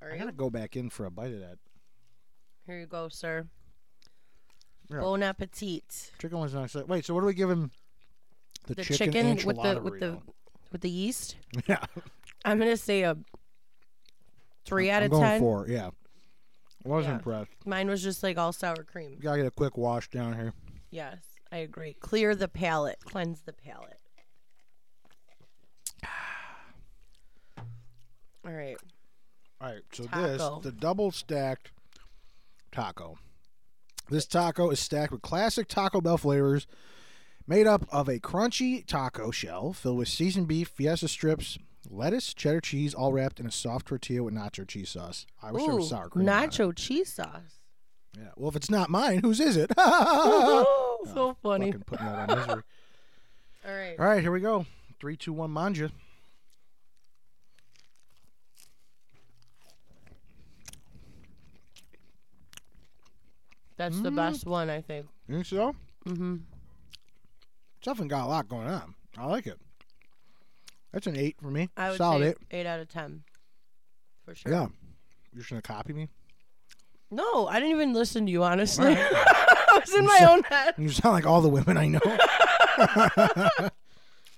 [SPEAKER 1] All
[SPEAKER 2] I
[SPEAKER 1] right.
[SPEAKER 2] gotta go back in for a bite of that.
[SPEAKER 1] Here you go, sir.
[SPEAKER 2] Yeah.
[SPEAKER 1] Bon appetit.
[SPEAKER 2] Chicken one's not excited. Wait, so what are we giving the,
[SPEAKER 1] The
[SPEAKER 2] chicken,
[SPEAKER 1] chicken,
[SPEAKER 2] enchilada
[SPEAKER 1] with the with the
[SPEAKER 2] burrito?
[SPEAKER 1] with the yeast.
[SPEAKER 2] yeah.
[SPEAKER 1] I'm gonna say a three out
[SPEAKER 2] I'm
[SPEAKER 1] of
[SPEAKER 2] going
[SPEAKER 1] ten.
[SPEAKER 2] four. Yeah, I was
[SPEAKER 1] Yeah.
[SPEAKER 2] impressed.
[SPEAKER 1] Mine was just like all sour cream.
[SPEAKER 2] Gotta get a quick wash down here.
[SPEAKER 1] Yes, I agree. Clear the palate, cleanse the palate. All right.
[SPEAKER 2] All right, so
[SPEAKER 1] Taco.
[SPEAKER 2] this the double stacked taco. This taco is stacked with classic Taco Bell flavors, made up of a crunchy taco shell filled with seasoned beef, fiesta strips, lettuce, cheddar cheese, all wrapped in a soft tortilla with nacho cheese sauce. I wish there
[SPEAKER 1] Ooh,
[SPEAKER 2] was sour cream. on it.
[SPEAKER 1] nacho cheese sauce.
[SPEAKER 2] Yeah. Well, if it's not mine, whose is it?
[SPEAKER 1] so funny.
[SPEAKER 2] Oh, Fucking putting out on misery.
[SPEAKER 1] All right.
[SPEAKER 2] All right, here we go. Three, two, one, manja.
[SPEAKER 1] That's the best one, I think.
[SPEAKER 2] You think so?
[SPEAKER 1] Mm-hmm.
[SPEAKER 2] It's definitely got a lot going on. I like it. That's an eight for me.
[SPEAKER 1] I would
[SPEAKER 2] Solid
[SPEAKER 1] say
[SPEAKER 2] eight.
[SPEAKER 1] eight out of ten, for sure.
[SPEAKER 2] Yeah. You're just gonna copy me?
[SPEAKER 1] No, I didn't even listen to you. Honestly, I was in my own head.
[SPEAKER 2] You sound like all the women I know.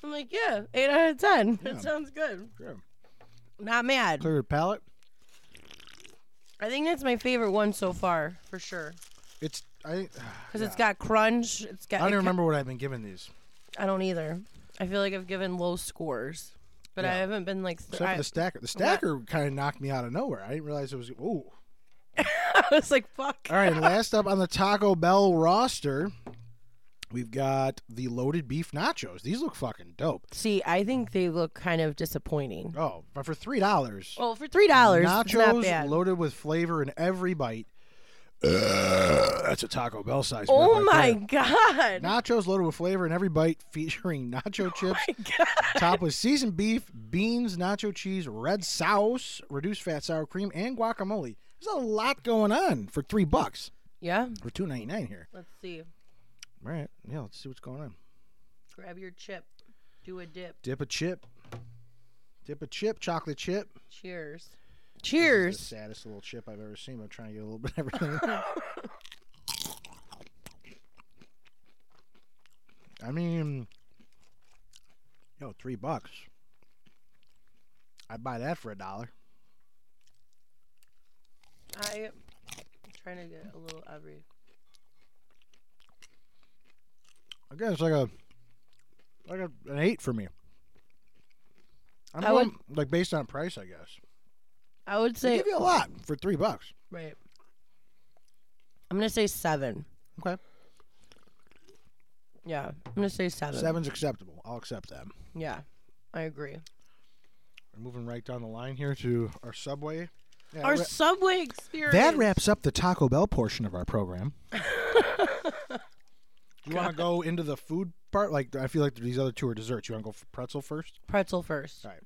[SPEAKER 1] I'm like, yeah, eight out of ten.
[SPEAKER 2] Yeah.
[SPEAKER 1] That sounds good.
[SPEAKER 2] Sure.
[SPEAKER 1] Not mad.
[SPEAKER 2] Clear your palate.
[SPEAKER 1] I think that's my favorite one so far, for sure.
[SPEAKER 2] It's I.
[SPEAKER 1] Because it's got crunch. It's got.
[SPEAKER 2] I don't
[SPEAKER 1] it
[SPEAKER 2] even
[SPEAKER 1] ca-
[SPEAKER 2] remember what I've been giving these.
[SPEAKER 1] I don't either. I feel like I've given low scores, but I
[SPEAKER 2] Yeah.
[SPEAKER 1] haven't been like. Th-
[SPEAKER 2] Except
[SPEAKER 1] I,
[SPEAKER 2] for the stacker. The stacker kind of knocked me out of nowhere. I didn't realize it was. Ooh.
[SPEAKER 1] I was like, fuck.
[SPEAKER 2] All right. last up on the Taco Bell roster, we've got the loaded beef nachos. These look fucking dope.
[SPEAKER 1] See, I think they look kind of disappointing.
[SPEAKER 2] Oh, but for three dollars.
[SPEAKER 1] Well, for three dollars, it's not
[SPEAKER 2] Nachos
[SPEAKER 1] bad.
[SPEAKER 2] loaded with flavor in every bite. that's a Taco Bell size.
[SPEAKER 1] oh
[SPEAKER 2] rip right
[SPEAKER 1] my
[SPEAKER 2] there.
[SPEAKER 1] god!
[SPEAKER 2] Nachos loaded with flavor in every bite, featuring nacho chips,
[SPEAKER 1] Oh my god!
[SPEAKER 2] topped with seasoned beef, beans, nacho cheese, red sauce, reduced fat sour cream, and guacamole. There's a lot going on for three bucks
[SPEAKER 1] Yeah.
[SPEAKER 2] or two ninety nine here.
[SPEAKER 1] Let's see.
[SPEAKER 2] All right, yeah, let's see what's going on.
[SPEAKER 1] Grab your chip. Do a dip.
[SPEAKER 2] Dip a chip, dip a chip, chocolate chip.
[SPEAKER 1] Cheers.
[SPEAKER 2] This is
[SPEAKER 1] Cheers.
[SPEAKER 2] the saddest little chip I've ever seen. I'm trying to get a little bit of everything. in there. I mean, yo, three bucks. I'd buy that for a dollar.
[SPEAKER 1] I, am trying to get a little every.
[SPEAKER 2] Again, it's like a like a, an eight for me. I'm
[SPEAKER 1] I would-
[SPEAKER 2] going, like based on price, I guess.
[SPEAKER 1] I would say
[SPEAKER 2] They give you a lot for three bucks.
[SPEAKER 1] right. I'm gonna say seven.
[SPEAKER 2] Okay,
[SPEAKER 1] Yeah, I'm gonna say seven.
[SPEAKER 2] seven's acceptable. I'll accept that.
[SPEAKER 1] Yeah, I agree.
[SPEAKER 2] We're moving right down the line here to our subway. Yeah,
[SPEAKER 1] Our
[SPEAKER 2] ra-
[SPEAKER 1] subway experience.
[SPEAKER 2] That wraps up the Taco Bell portion of our program. you want to go into the food part? Like, I feel like these other two are desserts. You want to go for pretzel first?
[SPEAKER 1] pretzel first.
[SPEAKER 2] All right.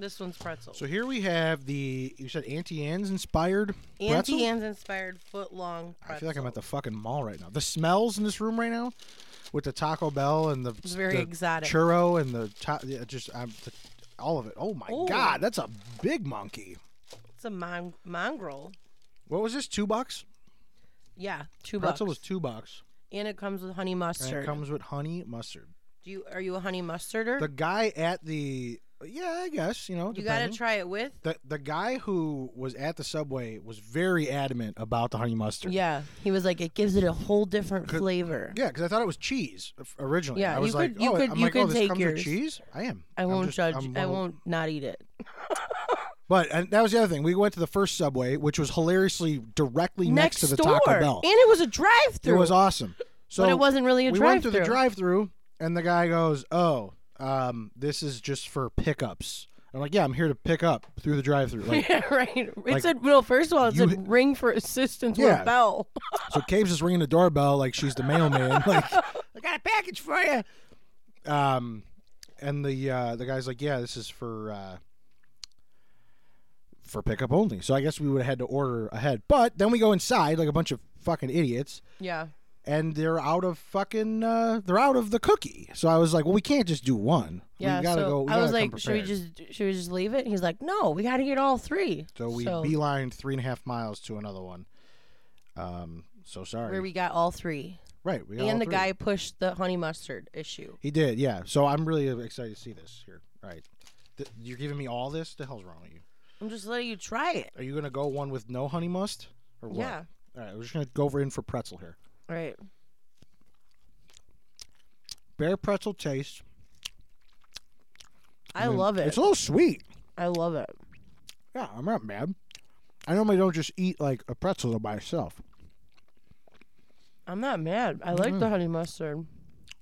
[SPEAKER 1] This one's pretzel.
[SPEAKER 2] So here we have the you said Auntie Anne's inspired pretzel.
[SPEAKER 1] Auntie Anne's inspired foot long. Pretzel.
[SPEAKER 2] I feel like I'm at the fucking mall right now. The smells in this room right now, with the Taco Bell and the
[SPEAKER 1] It's very
[SPEAKER 2] the
[SPEAKER 1] exotic.
[SPEAKER 2] churro and the ta- yeah, just I'm, the, all of it. Oh my
[SPEAKER 1] Ooh.
[SPEAKER 2] god, that's a big monkey.
[SPEAKER 1] It's a mon- mongrel.
[SPEAKER 2] What was this? Two bucks.
[SPEAKER 1] Yeah, two
[SPEAKER 2] Pretzel was
[SPEAKER 1] bucks.
[SPEAKER 2] two bucks,
[SPEAKER 1] and it comes with honey
[SPEAKER 2] and
[SPEAKER 1] mustard.
[SPEAKER 2] it comes with honey mustard.
[SPEAKER 1] Do you are you a honey mustarder?
[SPEAKER 2] the guy at the yeah i guess you know
[SPEAKER 1] you gotta
[SPEAKER 2] depending.
[SPEAKER 1] try it with.
[SPEAKER 2] the, the guy who was at the subway was very adamant about the honey mustard
[SPEAKER 1] Yeah, he was like, it gives it a whole different
[SPEAKER 2] Could-
[SPEAKER 1] flavor.
[SPEAKER 2] yeah because i thought it was cheese f- originally
[SPEAKER 1] Yeah,
[SPEAKER 2] i was
[SPEAKER 1] you
[SPEAKER 2] like
[SPEAKER 1] could- you
[SPEAKER 2] oh,
[SPEAKER 1] could-
[SPEAKER 2] I'm
[SPEAKER 1] you
[SPEAKER 2] like, oh,
[SPEAKER 1] could
[SPEAKER 2] this
[SPEAKER 1] take
[SPEAKER 2] comes
[SPEAKER 1] yours.
[SPEAKER 2] with cheese i am
[SPEAKER 1] I
[SPEAKER 2] I'm
[SPEAKER 1] won't
[SPEAKER 2] just-
[SPEAKER 1] judge.
[SPEAKER 2] I'm
[SPEAKER 1] I
[SPEAKER 2] one-
[SPEAKER 1] won't not eat it.
[SPEAKER 2] but and that was the other thing we went to the first subway which was hilariously directly next, to the
[SPEAKER 1] door,
[SPEAKER 2] taco bell
[SPEAKER 1] and it was a drive-through.
[SPEAKER 2] it was awesome so
[SPEAKER 1] but it wasn't really a
[SPEAKER 2] we
[SPEAKER 1] drive-through.
[SPEAKER 2] went through the drive-through and the guy goes oh um, this is just for pickups i'm like yeah i'm here to pick up through the drive-through like,
[SPEAKER 1] yeah, right. It
[SPEAKER 2] Like,
[SPEAKER 1] said, well, first of all, it
[SPEAKER 2] you
[SPEAKER 1] said ring for assistance with
[SPEAKER 2] Yeah.
[SPEAKER 1] a bell.
[SPEAKER 2] So Caves is ringing the doorbell like she's the mailman. Like, I got a package for you. Um, and the uh, the guy's like, yeah, this is for uh, for pickup only. So I guess we would have had to order ahead. But then we go inside like a bunch of fucking idiots,
[SPEAKER 1] Yeah.
[SPEAKER 2] and they're out of fucking uh, they're out of the cookie. So I was like, well, we can't just do one.
[SPEAKER 1] Yeah.
[SPEAKER 2] we gotta
[SPEAKER 1] so
[SPEAKER 2] go. We
[SPEAKER 1] I
[SPEAKER 2] gotta
[SPEAKER 1] was
[SPEAKER 2] come
[SPEAKER 1] like, should we
[SPEAKER 2] prepared."
[SPEAKER 1] just should we just leave it? And he's like, no, we got to get all three.
[SPEAKER 2] So we beelined three and a half miles to another one. Um, so sorry.
[SPEAKER 1] where we got all three,
[SPEAKER 2] right, we got all
[SPEAKER 1] and the
[SPEAKER 2] three.
[SPEAKER 1] guy pushed the honey mustard issue.
[SPEAKER 2] He did, yeah. So I'm really excited to see this here. All right. Th- you're giving me all this? The hell's wrong with you?
[SPEAKER 1] I'm just letting you try it.
[SPEAKER 2] Are you going to go one with no honey must? Or what?
[SPEAKER 1] Yeah.
[SPEAKER 2] All right, we're just going to go over in for pretzel here.
[SPEAKER 1] Right.
[SPEAKER 2] Bare pretzel taste.
[SPEAKER 1] I
[SPEAKER 2] mean,
[SPEAKER 1] love it.
[SPEAKER 2] It's a little sweet.
[SPEAKER 1] I love it.
[SPEAKER 2] Yeah, I'm not mad. I normally don't just eat like a pretzel by itself. Mm.
[SPEAKER 1] I'm not mad. I like the honey mustard.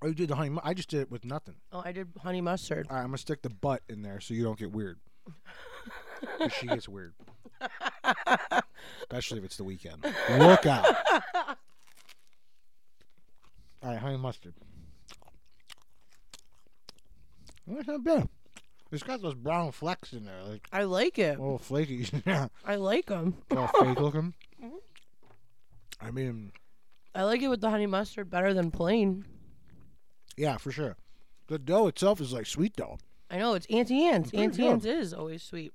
[SPEAKER 2] Oh, you did the honey. mu- I just did it with nothing.
[SPEAKER 1] Oh, I did honey mustard.
[SPEAKER 2] All right, I'm gonna stick the butt in there so you don't get weird. 'Cause she gets weird, especially if it's the weekend. Look out! All right, honey mustard. Well, It's not bad. It's got those brown flecks in there, like
[SPEAKER 1] I like it.
[SPEAKER 2] little flaky, yeah,
[SPEAKER 1] I like them.
[SPEAKER 2] all fake looking. I mean,
[SPEAKER 1] I like it with the honey mustard better than plain.
[SPEAKER 2] yeah, for sure. The dough itself is like sweet dough.
[SPEAKER 1] I know it's Auntie Anne's.
[SPEAKER 2] pretty
[SPEAKER 1] Auntie
[SPEAKER 2] sure.
[SPEAKER 1] Anne's is always sweet.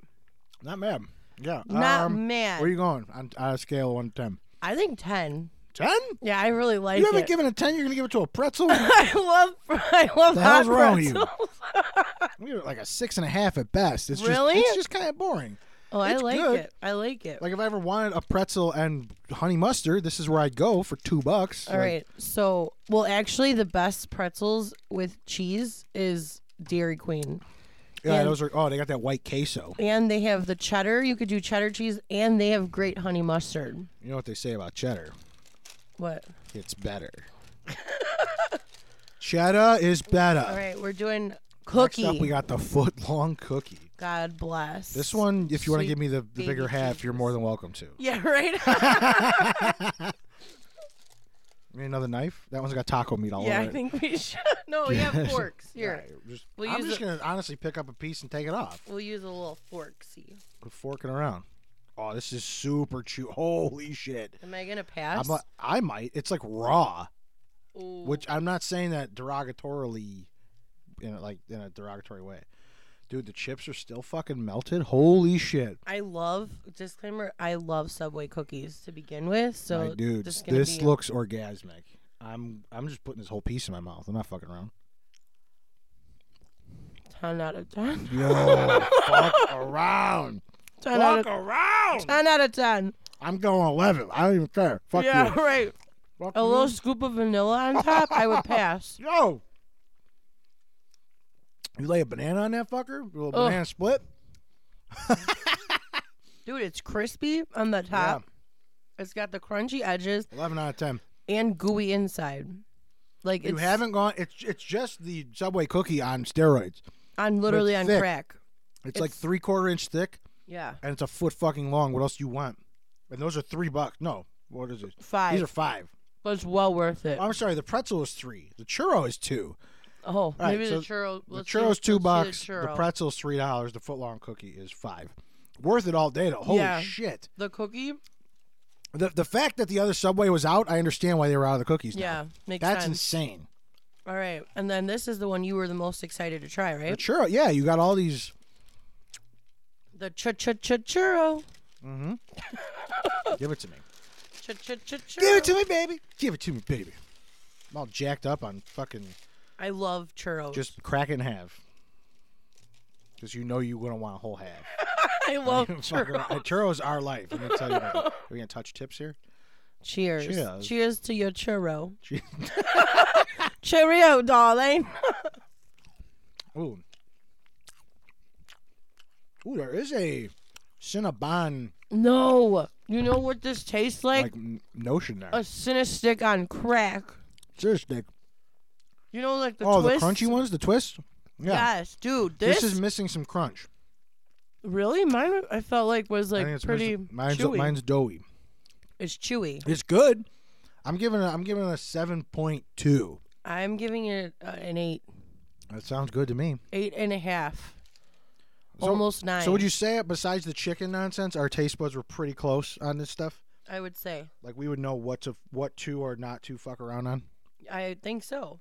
[SPEAKER 2] Not bad. Yeah.
[SPEAKER 1] Not
[SPEAKER 2] um,
[SPEAKER 1] mad.
[SPEAKER 2] Where you going on, on a scale of one to ten?
[SPEAKER 1] I think ten.
[SPEAKER 2] Ten?
[SPEAKER 1] Yeah, I really like
[SPEAKER 2] You haven't
[SPEAKER 1] it.
[SPEAKER 2] given a ten. You're gonna give it to a pretzel?
[SPEAKER 1] I love I love
[SPEAKER 2] The
[SPEAKER 1] hot
[SPEAKER 2] hell's wrong with you?
[SPEAKER 1] pretzels.
[SPEAKER 2] We give it like a six and a half at best. It's
[SPEAKER 1] Really?
[SPEAKER 2] just it's just kind of boring.
[SPEAKER 1] Oh, I
[SPEAKER 2] It's
[SPEAKER 1] like
[SPEAKER 2] good.
[SPEAKER 1] it. I like it.
[SPEAKER 2] Like if I ever wanted a pretzel and honey mustard, this is where I'd go for two bucks.
[SPEAKER 1] All right. So, well, actually, the best pretzels with cheese is Dairy Queen,
[SPEAKER 2] Yeah,
[SPEAKER 1] And-
[SPEAKER 2] those are. Oh, they got that white queso.
[SPEAKER 1] and they have the cheddar. You could do cheddar cheese, and they have great honey mustard.
[SPEAKER 2] You know what they say about cheddar?
[SPEAKER 1] What?
[SPEAKER 2] It's better. cheddar is better.
[SPEAKER 1] All right, we're doing
[SPEAKER 2] Next
[SPEAKER 1] cookie.
[SPEAKER 2] up, we got the foot long cookie.
[SPEAKER 1] God bless.
[SPEAKER 2] This one, if you want to
[SPEAKER 1] Sweet
[SPEAKER 2] give me the, the bigger
[SPEAKER 1] baby
[SPEAKER 2] half, you're more than welcome to.
[SPEAKER 1] Yeah. Right.
[SPEAKER 2] You need another knife? That one's got taco meat all
[SPEAKER 1] yeah,
[SPEAKER 2] over
[SPEAKER 1] I
[SPEAKER 2] it.
[SPEAKER 1] think we should. No, we have forks here.
[SPEAKER 2] Alright, just-
[SPEAKER 1] We'll
[SPEAKER 2] I'm
[SPEAKER 1] use
[SPEAKER 2] just
[SPEAKER 1] a-
[SPEAKER 2] gonna honestly pick up a piece and take it off.
[SPEAKER 1] We'll use a little fork. See.
[SPEAKER 2] Quit forking around. Oh, this is super chew. Holy shit!
[SPEAKER 1] Am I gonna pass?
[SPEAKER 2] I'm like, I might. It's like raw,
[SPEAKER 1] Ooh.
[SPEAKER 2] which I'm not saying that derogatorily, in a, like in a derogatory way. Dude, the chips are still fucking melted. Holy shit!
[SPEAKER 1] I love disclaimer. I love Subway cookies to begin with. So,
[SPEAKER 2] My dude,
[SPEAKER 1] this is
[SPEAKER 2] this,
[SPEAKER 1] gonna be-
[SPEAKER 2] looks orgasmic. I'm I'm just putting this whole piece in my mouth. I'm not fucking around.
[SPEAKER 1] ten out of ten.
[SPEAKER 2] Yo, fuck around.
[SPEAKER 1] Ten out
[SPEAKER 2] Fuck
[SPEAKER 1] of
[SPEAKER 2] around.
[SPEAKER 1] ten out of ten.
[SPEAKER 2] I'm going 11. I don't even care. Fuck
[SPEAKER 1] yeah,
[SPEAKER 2] you. Mm.
[SPEAKER 1] right.
[SPEAKER 2] Fuck
[SPEAKER 1] A
[SPEAKER 2] you.
[SPEAKER 1] little scoop of vanilla on top, I would pass.
[SPEAKER 2] Yo. You lay a banana on that fucker? A little
[SPEAKER 1] Ugh.
[SPEAKER 2] banana split?
[SPEAKER 1] Dude, it's crispy on the top. It's got the crunchy edges
[SPEAKER 2] Yeah. 11 out of 10.
[SPEAKER 1] and gooey inside. Like
[SPEAKER 2] you
[SPEAKER 1] it's
[SPEAKER 2] haven't gone. It's it's just the Subway cookie on steroids.
[SPEAKER 1] I'm literally on
[SPEAKER 2] thick.
[SPEAKER 1] crack.
[SPEAKER 2] It's, like
[SPEAKER 1] It's-
[SPEAKER 2] three quarter inch thick
[SPEAKER 1] Yeah.
[SPEAKER 2] and it's a foot fucking long. What else do you want? And those are three bucks. No. What is it?
[SPEAKER 1] Five.
[SPEAKER 2] These are five.
[SPEAKER 1] but it's well worth it.
[SPEAKER 2] I'm sorry. The pretzel is three. The churro is two.
[SPEAKER 1] oh,
[SPEAKER 2] right,
[SPEAKER 1] maybe the
[SPEAKER 2] so
[SPEAKER 1] churro.
[SPEAKER 2] The
[SPEAKER 1] let's see-
[SPEAKER 2] churro's two
[SPEAKER 1] let's
[SPEAKER 2] bucks.
[SPEAKER 1] see
[SPEAKER 2] The,
[SPEAKER 1] The, churro.
[SPEAKER 2] pretzel's three dollars. The foot long cookie is five. Worth it all day. Though. Holy
[SPEAKER 1] Yeah.
[SPEAKER 2] shit!
[SPEAKER 1] The cookie.
[SPEAKER 2] The the fact that the other Subway was out, I understand why they were out of the cookies. now.
[SPEAKER 1] Yeah, makes
[SPEAKER 2] that's
[SPEAKER 1] sense.
[SPEAKER 2] insane.
[SPEAKER 1] All right, and then this is the one you were the most excited to try,
[SPEAKER 2] The
[SPEAKER 1] right?
[SPEAKER 2] churro, yeah, you got all these.
[SPEAKER 1] The ch ch ch churro.
[SPEAKER 2] Give it to me.
[SPEAKER 1] Ch ch ch churro.
[SPEAKER 2] Give it to me, baby. Give it to me, baby. I'm all jacked up on fucking
[SPEAKER 1] I love churros.
[SPEAKER 2] just crack it in half. Because you know you're gonna want a whole half.
[SPEAKER 1] I love
[SPEAKER 2] Fucking-
[SPEAKER 1] churros.
[SPEAKER 2] churros are life. Let me tell you. About it. Are we gonna touch tips here?
[SPEAKER 1] Cheers.
[SPEAKER 2] Cheers.
[SPEAKER 1] Cheers. to your churro.
[SPEAKER 2] Che-
[SPEAKER 1] Cheerio, darling.
[SPEAKER 2] Ooh. Ooh, there is a Cinnabon
[SPEAKER 1] No. You know what this tastes like?
[SPEAKER 2] like n- notion there.
[SPEAKER 1] a cinestick on crack.
[SPEAKER 2] Seriously, Nick.
[SPEAKER 1] You know, like the
[SPEAKER 2] oh,
[SPEAKER 1] twist?
[SPEAKER 2] the crunchy ones, the twist. Yeah,
[SPEAKER 1] Yes, dude. This,
[SPEAKER 2] this, is missing some crunch.
[SPEAKER 1] really mine. I felt like was
[SPEAKER 2] I think
[SPEAKER 1] like
[SPEAKER 2] it's
[SPEAKER 1] pretty
[SPEAKER 2] missing- mine's,
[SPEAKER 1] chewy.
[SPEAKER 2] mine's doughy.
[SPEAKER 1] it's chewy.
[SPEAKER 2] It's good. I'm giving it. I'm giving it a seven point two.
[SPEAKER 1] I'm giving it uh, an eight,
[SPEAKER 2] That sounds good to me.
[SPEAKER 1] eight and a half,
[SPEAKER 2] So-
[SPEAKER 1] almost nine.
[SPEAKER 2] So would you say it? Besides the chicken nonsense, our taste buds were pretty close on this stuff.
[SPEAKER 1] I would say.
[SPEAKER 2] Like we would know what to what to or not to fuck around on.
[SPEAKER 1] I think so.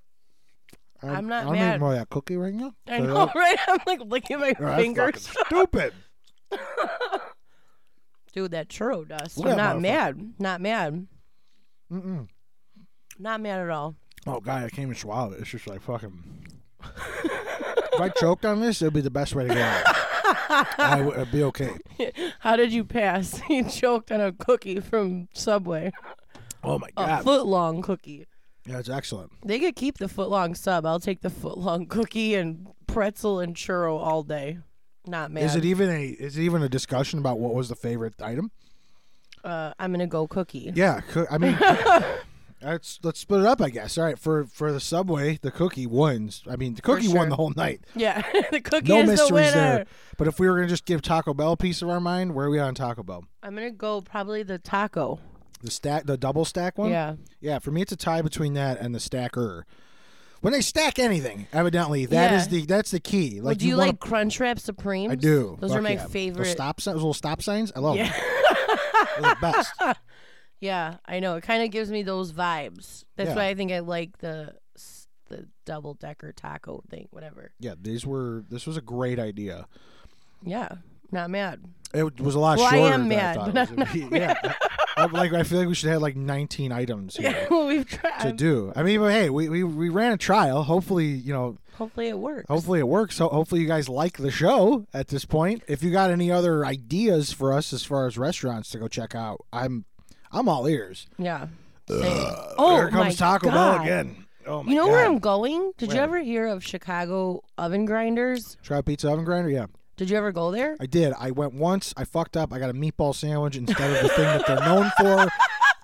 [SPEAKER 2] I'm,
[SPEAKER 1] not
[SPEAKER 2] I'm
[SPEAKER 1] mad.
[SPEAKER 2] eating more of that cookie right now.
[SPEAKER 1] I
[SPEAKER 2] So
[SPEAKER 1] know,
[SPEAKER 2] that-
[SPEAKER 1] right? I'm like licking my
[SPEAKER 2] that's
[SPEAKER 1] fingers.
[SPEAKER 2] fucking Stupid.
[SPEAKER 1] Dude, that churro dust.
[SPEAKER 2] Look
[SPEAKER 1] I'm
[SPEAKER 2] at that
[SPEAKER 1] not mad. Not mad.
[SPEAKER 2] Mm-mm.
[SPEAKER 1] Not mad at all.
[SPEAKER 2] Oh god, I can't even swallow it. It's just like fucking. if I choked on this, it would be the best way to go. Out. I w- it'd be okay.
[SPEAKER 1] How did you pass? He choked on a cookie from Subway.
[SPEAKER 2] Oh my
[SPEAKER 1] A
[SPEAKER 2] god,
[SPEAKER 1] foot long cookie.
[SPEAKER 2] yeah, it's excellent.
[SPEAKER 1] They could keep the foot long sub. I'll take the foot long cookie and pretzel and churro all day. Not mad.
[SPEAKER 2] Is it e- even a is it even a discussion about what was the favorite item?
[SPEAKER 1] uh, I'm gonna go cookie.
[SPEAKER 2] Yeah, coo- I mean, Let's let's split it up, I guess. All right, for for the subway, the cookie wins. I mean, the cookie won
[SPEAKER 1] sure.
[SPEAKER 2] the whole night.
[SPEAKER 1] Yeah, the cookie
[SPEAKER 2] No
[SPEAKER 1] is the winner.
[SPEAKER 2] mysteries there. But if we were gonna just give Taco Bell a piece of our mind, where are we on Taco Bell?
[SPEAKER 1] I'm gonna go probably the taco.
[SPEAKER 2] The stack, the double stack one.
[SPEAKER 1] Yeah,
[SPEAKER 2] yeah. For me, it's a tie between that and the stacker. When they stack anything, evidently that
[SPEAKER 1] Yeah.
[SPEAKER 2] is the that's the key. Like
[SPEAKER 1] well, do you,
[SPEAKER 2] wanna-
[SPEAKER 1] like Crunchwrap Supreme?
[SPEAKER 2] I do.
[SPEAKER 1] Those
[SPEAKER 2] Fuck
[SPEAKER 1] are my
[SPEAKER 2] yeah.
[SPEAKER 1] favorite.
[SPEAKER 2] Those stop signs, those little stop signs. I love
[SPEAKER 1] Yeah.
[SPEAKER 2] them. They're the best.
[SPEAKER 1] Yeah, I know. It kind of gives me those vibes. That's
[SPEAKER 2] Yeah.
[SPEAKER 1] why I think I like the s- the double decker taco thing, whatever.
[SPEAKER 2] Yeah, these were. This was a great idea.
[SPEAKER 1] Yeah, not mad.
[SPEAKER 2] It was a lot
[SPEAKER 1] Well, I
[SPEAKER 2] shorter.
[SPEAKER 1] am
[SPEAKER 2] than
[SPEAKER 1] mad,
[SPEAKER 2] I thought
[SPEAKER 1] but
[SPEAKER 2] it was. yeah. I- like I feel like we should have like 19 items here
[SPEAKER 1] Yeah, well, we've
[SPEAKER 2] to
[SPEAKER 1] tried.
[SPEAKER 2] do. I mean, but hey, we, we we ran a trial. Hopefully, you know,
[SPEAKER 1] Hopefully it works.
[SPEAKER 2] hopefully it works. Ho- Hopefully, you guys like the show at this point. If you got any other ideas for us as far as restaurants to go check out, I'm I'm all ears.
[SPEAKER 1] Yeah. Same. oh,
[SPEAKER 2] there comes
[SPEAKER 1] my
[SPEAKER 2] Taco Bell
[SPEAKER 1] God.
[SPEAKER 2] again. Oh my
[SPEAKER 1] You know
[SPEAKER 2] God.
[SPEAKER 1] where I'm going? Did you
[SPEAKER 2] Where?
[SPEAKER 1] ever hear of Chicago oven grinders?
[SPEAKER 2] Try a pizza oven grinder. Yeah.
[SPEAKER 1] Did you ever go there?
[SPEAKER 2] I did. I went once. I fucked up. I got a meatball sandwich instead of the thing that they're known for.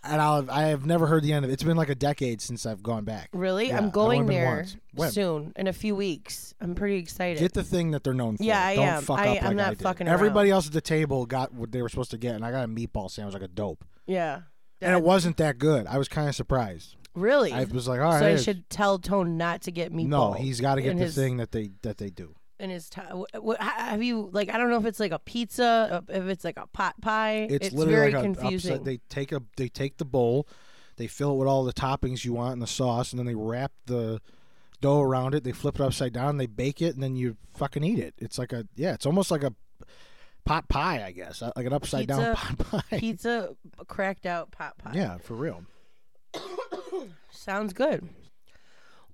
[SPEAKER 2] And I'll, I have never heard the end of it. It's been like a decade since I've gone back.
[SPEAKER 1] Really?
[SPEAKER 2] Yeah,
[SPEAKER 1] I'm
[SPEAKER 2] I've
[SPEAKER 1] going
[SPEAKER 2] only been
[SPEAKER 1] there
[SPEAKER 2] once. When?
[SPEAKER 1] soon in a few weeks. I'm pretty excited.
[SPEAKER 2] Get the thing that they're known for.
[SPEAKER 1] Yeah, I
[SPEAKER 2] Don't
[SPEAKER 1] am.
[SPEAKER 2] fuck
[SPEAKER 1] I-
[SPEAKER 2] up
[SPEAKER 1] I'm
[SPEAKER 2] like
[SPEAKER 1] not
[SPEAKER 2] I did.
[SPEAKER 1] fucking around.
[SPEAKER 2] Everybody else at the table got what they were supposed to get, and I got a meatball sandwich like a dope.
[SPEAKER 1] yeah.
[SPEAKER 2] And it wasn't that good. I was kind of surprised.
[SPEAKER 1] Really?
[SPEAKER 2] I was like, all
[SPEAKER 1] so
[SPEAKER 2] right.
[SPEAKER 1] I should tell Tone not to get meatball.
[SPEAKER 2] no, he's got to get
[SPEAKER 1] in
[SPEAKER 2] the
[SPEAKER 1] his-
[SPEAKER 2] thing that they that they do.
[SPEAKER 1] and it's t- w- w- have you like I don't know if it's like a pizza, uh, if it's like a pot pie.
[SPEAKER 2] It's,
[SPEAKER 1] It's,
[SPEAKER 2] literally
[SPEAKER 1] very
[SPEAKER 2] like a
[SPEAKER 1] confusing.
[SPEAKER 2] Upside, they take a they take the bowl, they fill it with all the toppings you want and the sauce, and then they wrap the dough around it. They flip it upside down, they bake it, and then you fucking eat it. It's like a yeah, it's almost like a pot pie, I guess, uh, like an upside down pot pie.
[SPEAKER 1] pizza cracked out pot pie.
[SPEAKER 2] Yeah, for real.
[SPEAKER 1] Sounds good.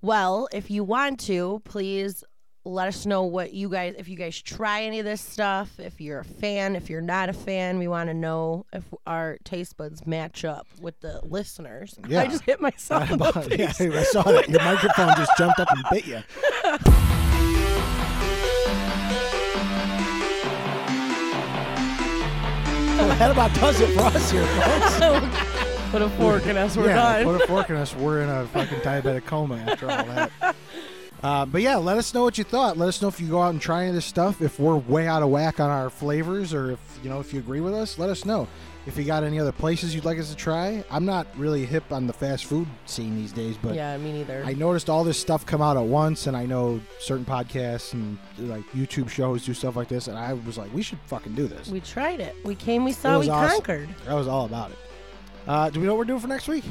[SPEAKER 1] Well, if you want to, please let us know what you guys if you guys try any of this stuff, if you're a fan, if you're not a fan, we want to know if our taste buds match up with the listeners.
[SPEAKER 2] Yeah.
[SPEAKER 1] I just hit myself in the
[SPEAKER 2] yeah,
[SPEAKER 1] face.
[SPEAKER 2] I saw that. Your microphone just jumped up and bit you. well, that about does it for us here, folks.
[SPEAKER 1] Put a fork in us, we're
[SPEAKER 2] yeah,
[SPEAKER 1] done.
[SPEAKER 2] put a fork in us. We're in a fucking diabetic coma after all that. Uh, but yeah, let us know what you thought. Let us know if you go out and try any of this stuff. If we're way out of whack on our flavors, or if you know if you agree with us, let us know. If you got any other places you'd like us to try, I'm not really hip on the fast food scene these days, but
[SPEAKER 1] yeah, me neither.
[SPEAKER 2] I noticed all this stuff come out at once, and I know certain podcasts and like YouTube shows do stuff like this, and I was like, we should fucking do this.
[SPEAKER 1] we tried it. We came, we
[SPEAKER 2] It
[SPEAKER 1] saw,
[SPEAKER 2] was
[SPEAKER 1] we
[SPEAKER 2] awesome.
[SPEAKER 1] conquered.
[SPEAKER 2] I was all about it. Uh, do we know what we're doing for next week?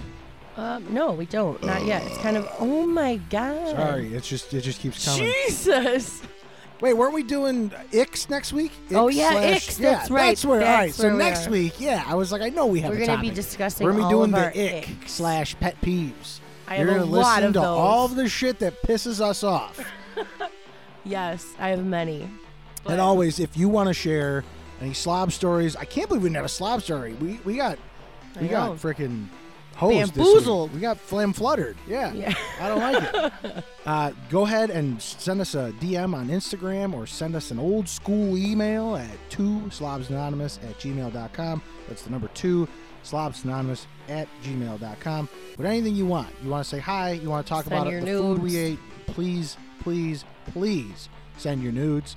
[SPEAKER 1] Um, no, we don't. Not yet. It's kind of oh my god.
[SPEAKER 2] Sorry, it's just it just keeps coming.
[SPEAKER 1] Jesus.
[SPEAKER 2] Wait, weren't we doing Ix next week? Ix
[SPEAKER 1] Oh, yeah,
[SPEAKER 2] slash-
[SPEAKER 1] Ix, that's
[SPEAKER 2] yeah,
[SPEAKER 1] right,
[SPEAKER 2] That's where. all
[SPEAKER 1] that's
[SPEAKER 2] right.
[SPEAKER 1] where
[SPEAKER 2] so
[SPEAKER 1] we
[SPEAKER 2] next
[SPEAKER 1] are.
[SPEAKER 2] week, yeah, I was like, I know we have.
[SPEAKER 1] We're
[SPEAKER 2] a
[SPEAKER 1] gonna be
[SPEAKER 2] topic.
[SPEAKER 1] discussing
[SPEAKER 2] We're gonna be
[SPEAKER 1] all
[SPEAKER 2] doing
[SPEAKER 1] of our
[SPEAKER 2] the ick
[SPEAKER 1] icks.
[SPEAKER 2] slash pet peeves.
[SPEAKER 1] I
[SPEAKER 2] You're
[SPEAKER 1] have a
[SPEAKER 2] gonna
[SPEAKER 1] lot
[SPEAKER 2] listen
[SPEAKER 1] of
[SPEAKER 2] to
[SPEAKER 1] those.
[SPEAKER 2] all the shit that pisses us off.
[SPEAKER 1] Yes, I have many.
[SPEAKER 2] and always, if you want to share any slob stories, I can't believe we didn't have a slob story. We we got we
[SPEAKER 1] I
[SPEAKER 2] got
[SPEAKER 1] know.
[SPEAKER 2] freaking hosed. this
[SPEAKER 1] Bamboozled.
[SPEAKER 2] week. We got flam fluttered. Yeah.
[SPEAKER 1] Yeah.
[SPEAKER 2] I don't like it. Uh, go ahead and send us a DM on Instagram or send us an old school email at two slobsanonymous at gmail.com. That's the number two slobsanonymous at gmail.com. But anything you want, you want to say hi, you want to talk
[SPEAKER 1] Send
[SPEAKER 2] about
[SPEAKER 1] your
[SPEAKER 2] it, the food we
[SPEAKER 1] nudes.
[SPEAKER 2] ate, please, please, please send your nudes.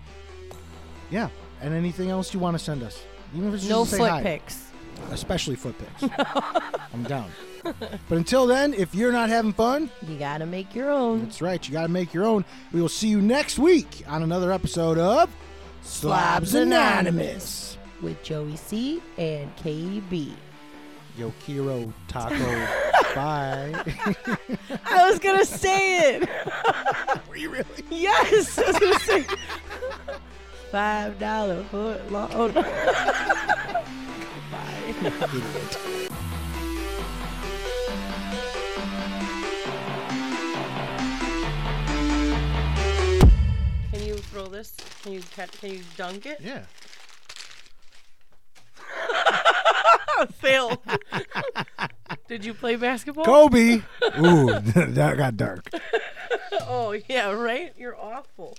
[SPEAKER 2] Yeah. And anything else you want to send us. Even if it's just
[SPEAKER 1] no
[SPEAKER 2] to say
[SPEAKER 1] foot
[SPEAKER 2] hi
[SPEAKER 1] pics.
[SPEAKER 2] especially foot picks. I'm down. But until then, if you're not having fun,
[SPEAKER 1] You gotta make your own.
[SPEAKER 2] that's right, you got to make your own. We will see you next week on another episode of Slobs Anonymous.
[SPEAKER 1] with Joey C and KB.
[SPEAKER 2] Yokiro Taco. Bye.
[SPEAKER 1] I was gonna say it.
[SPEAKER 2] Were you really?
[SPEAKER 1] Yes, I was gonna say five dollar foot long. Oh, no.
[SPEAKER 2] Idiot.
[SPEAKER 1] Can you throw this? Can you catch? Can you dunk it?
[SPEAKER 2] Yeah.
[SPEAKER 1] Failed. Did you play basketball?
[SPEAKER 2] Kobe. Ooh, that got dark.
[SPEAKER 1] Oh yeah, right. You're awful.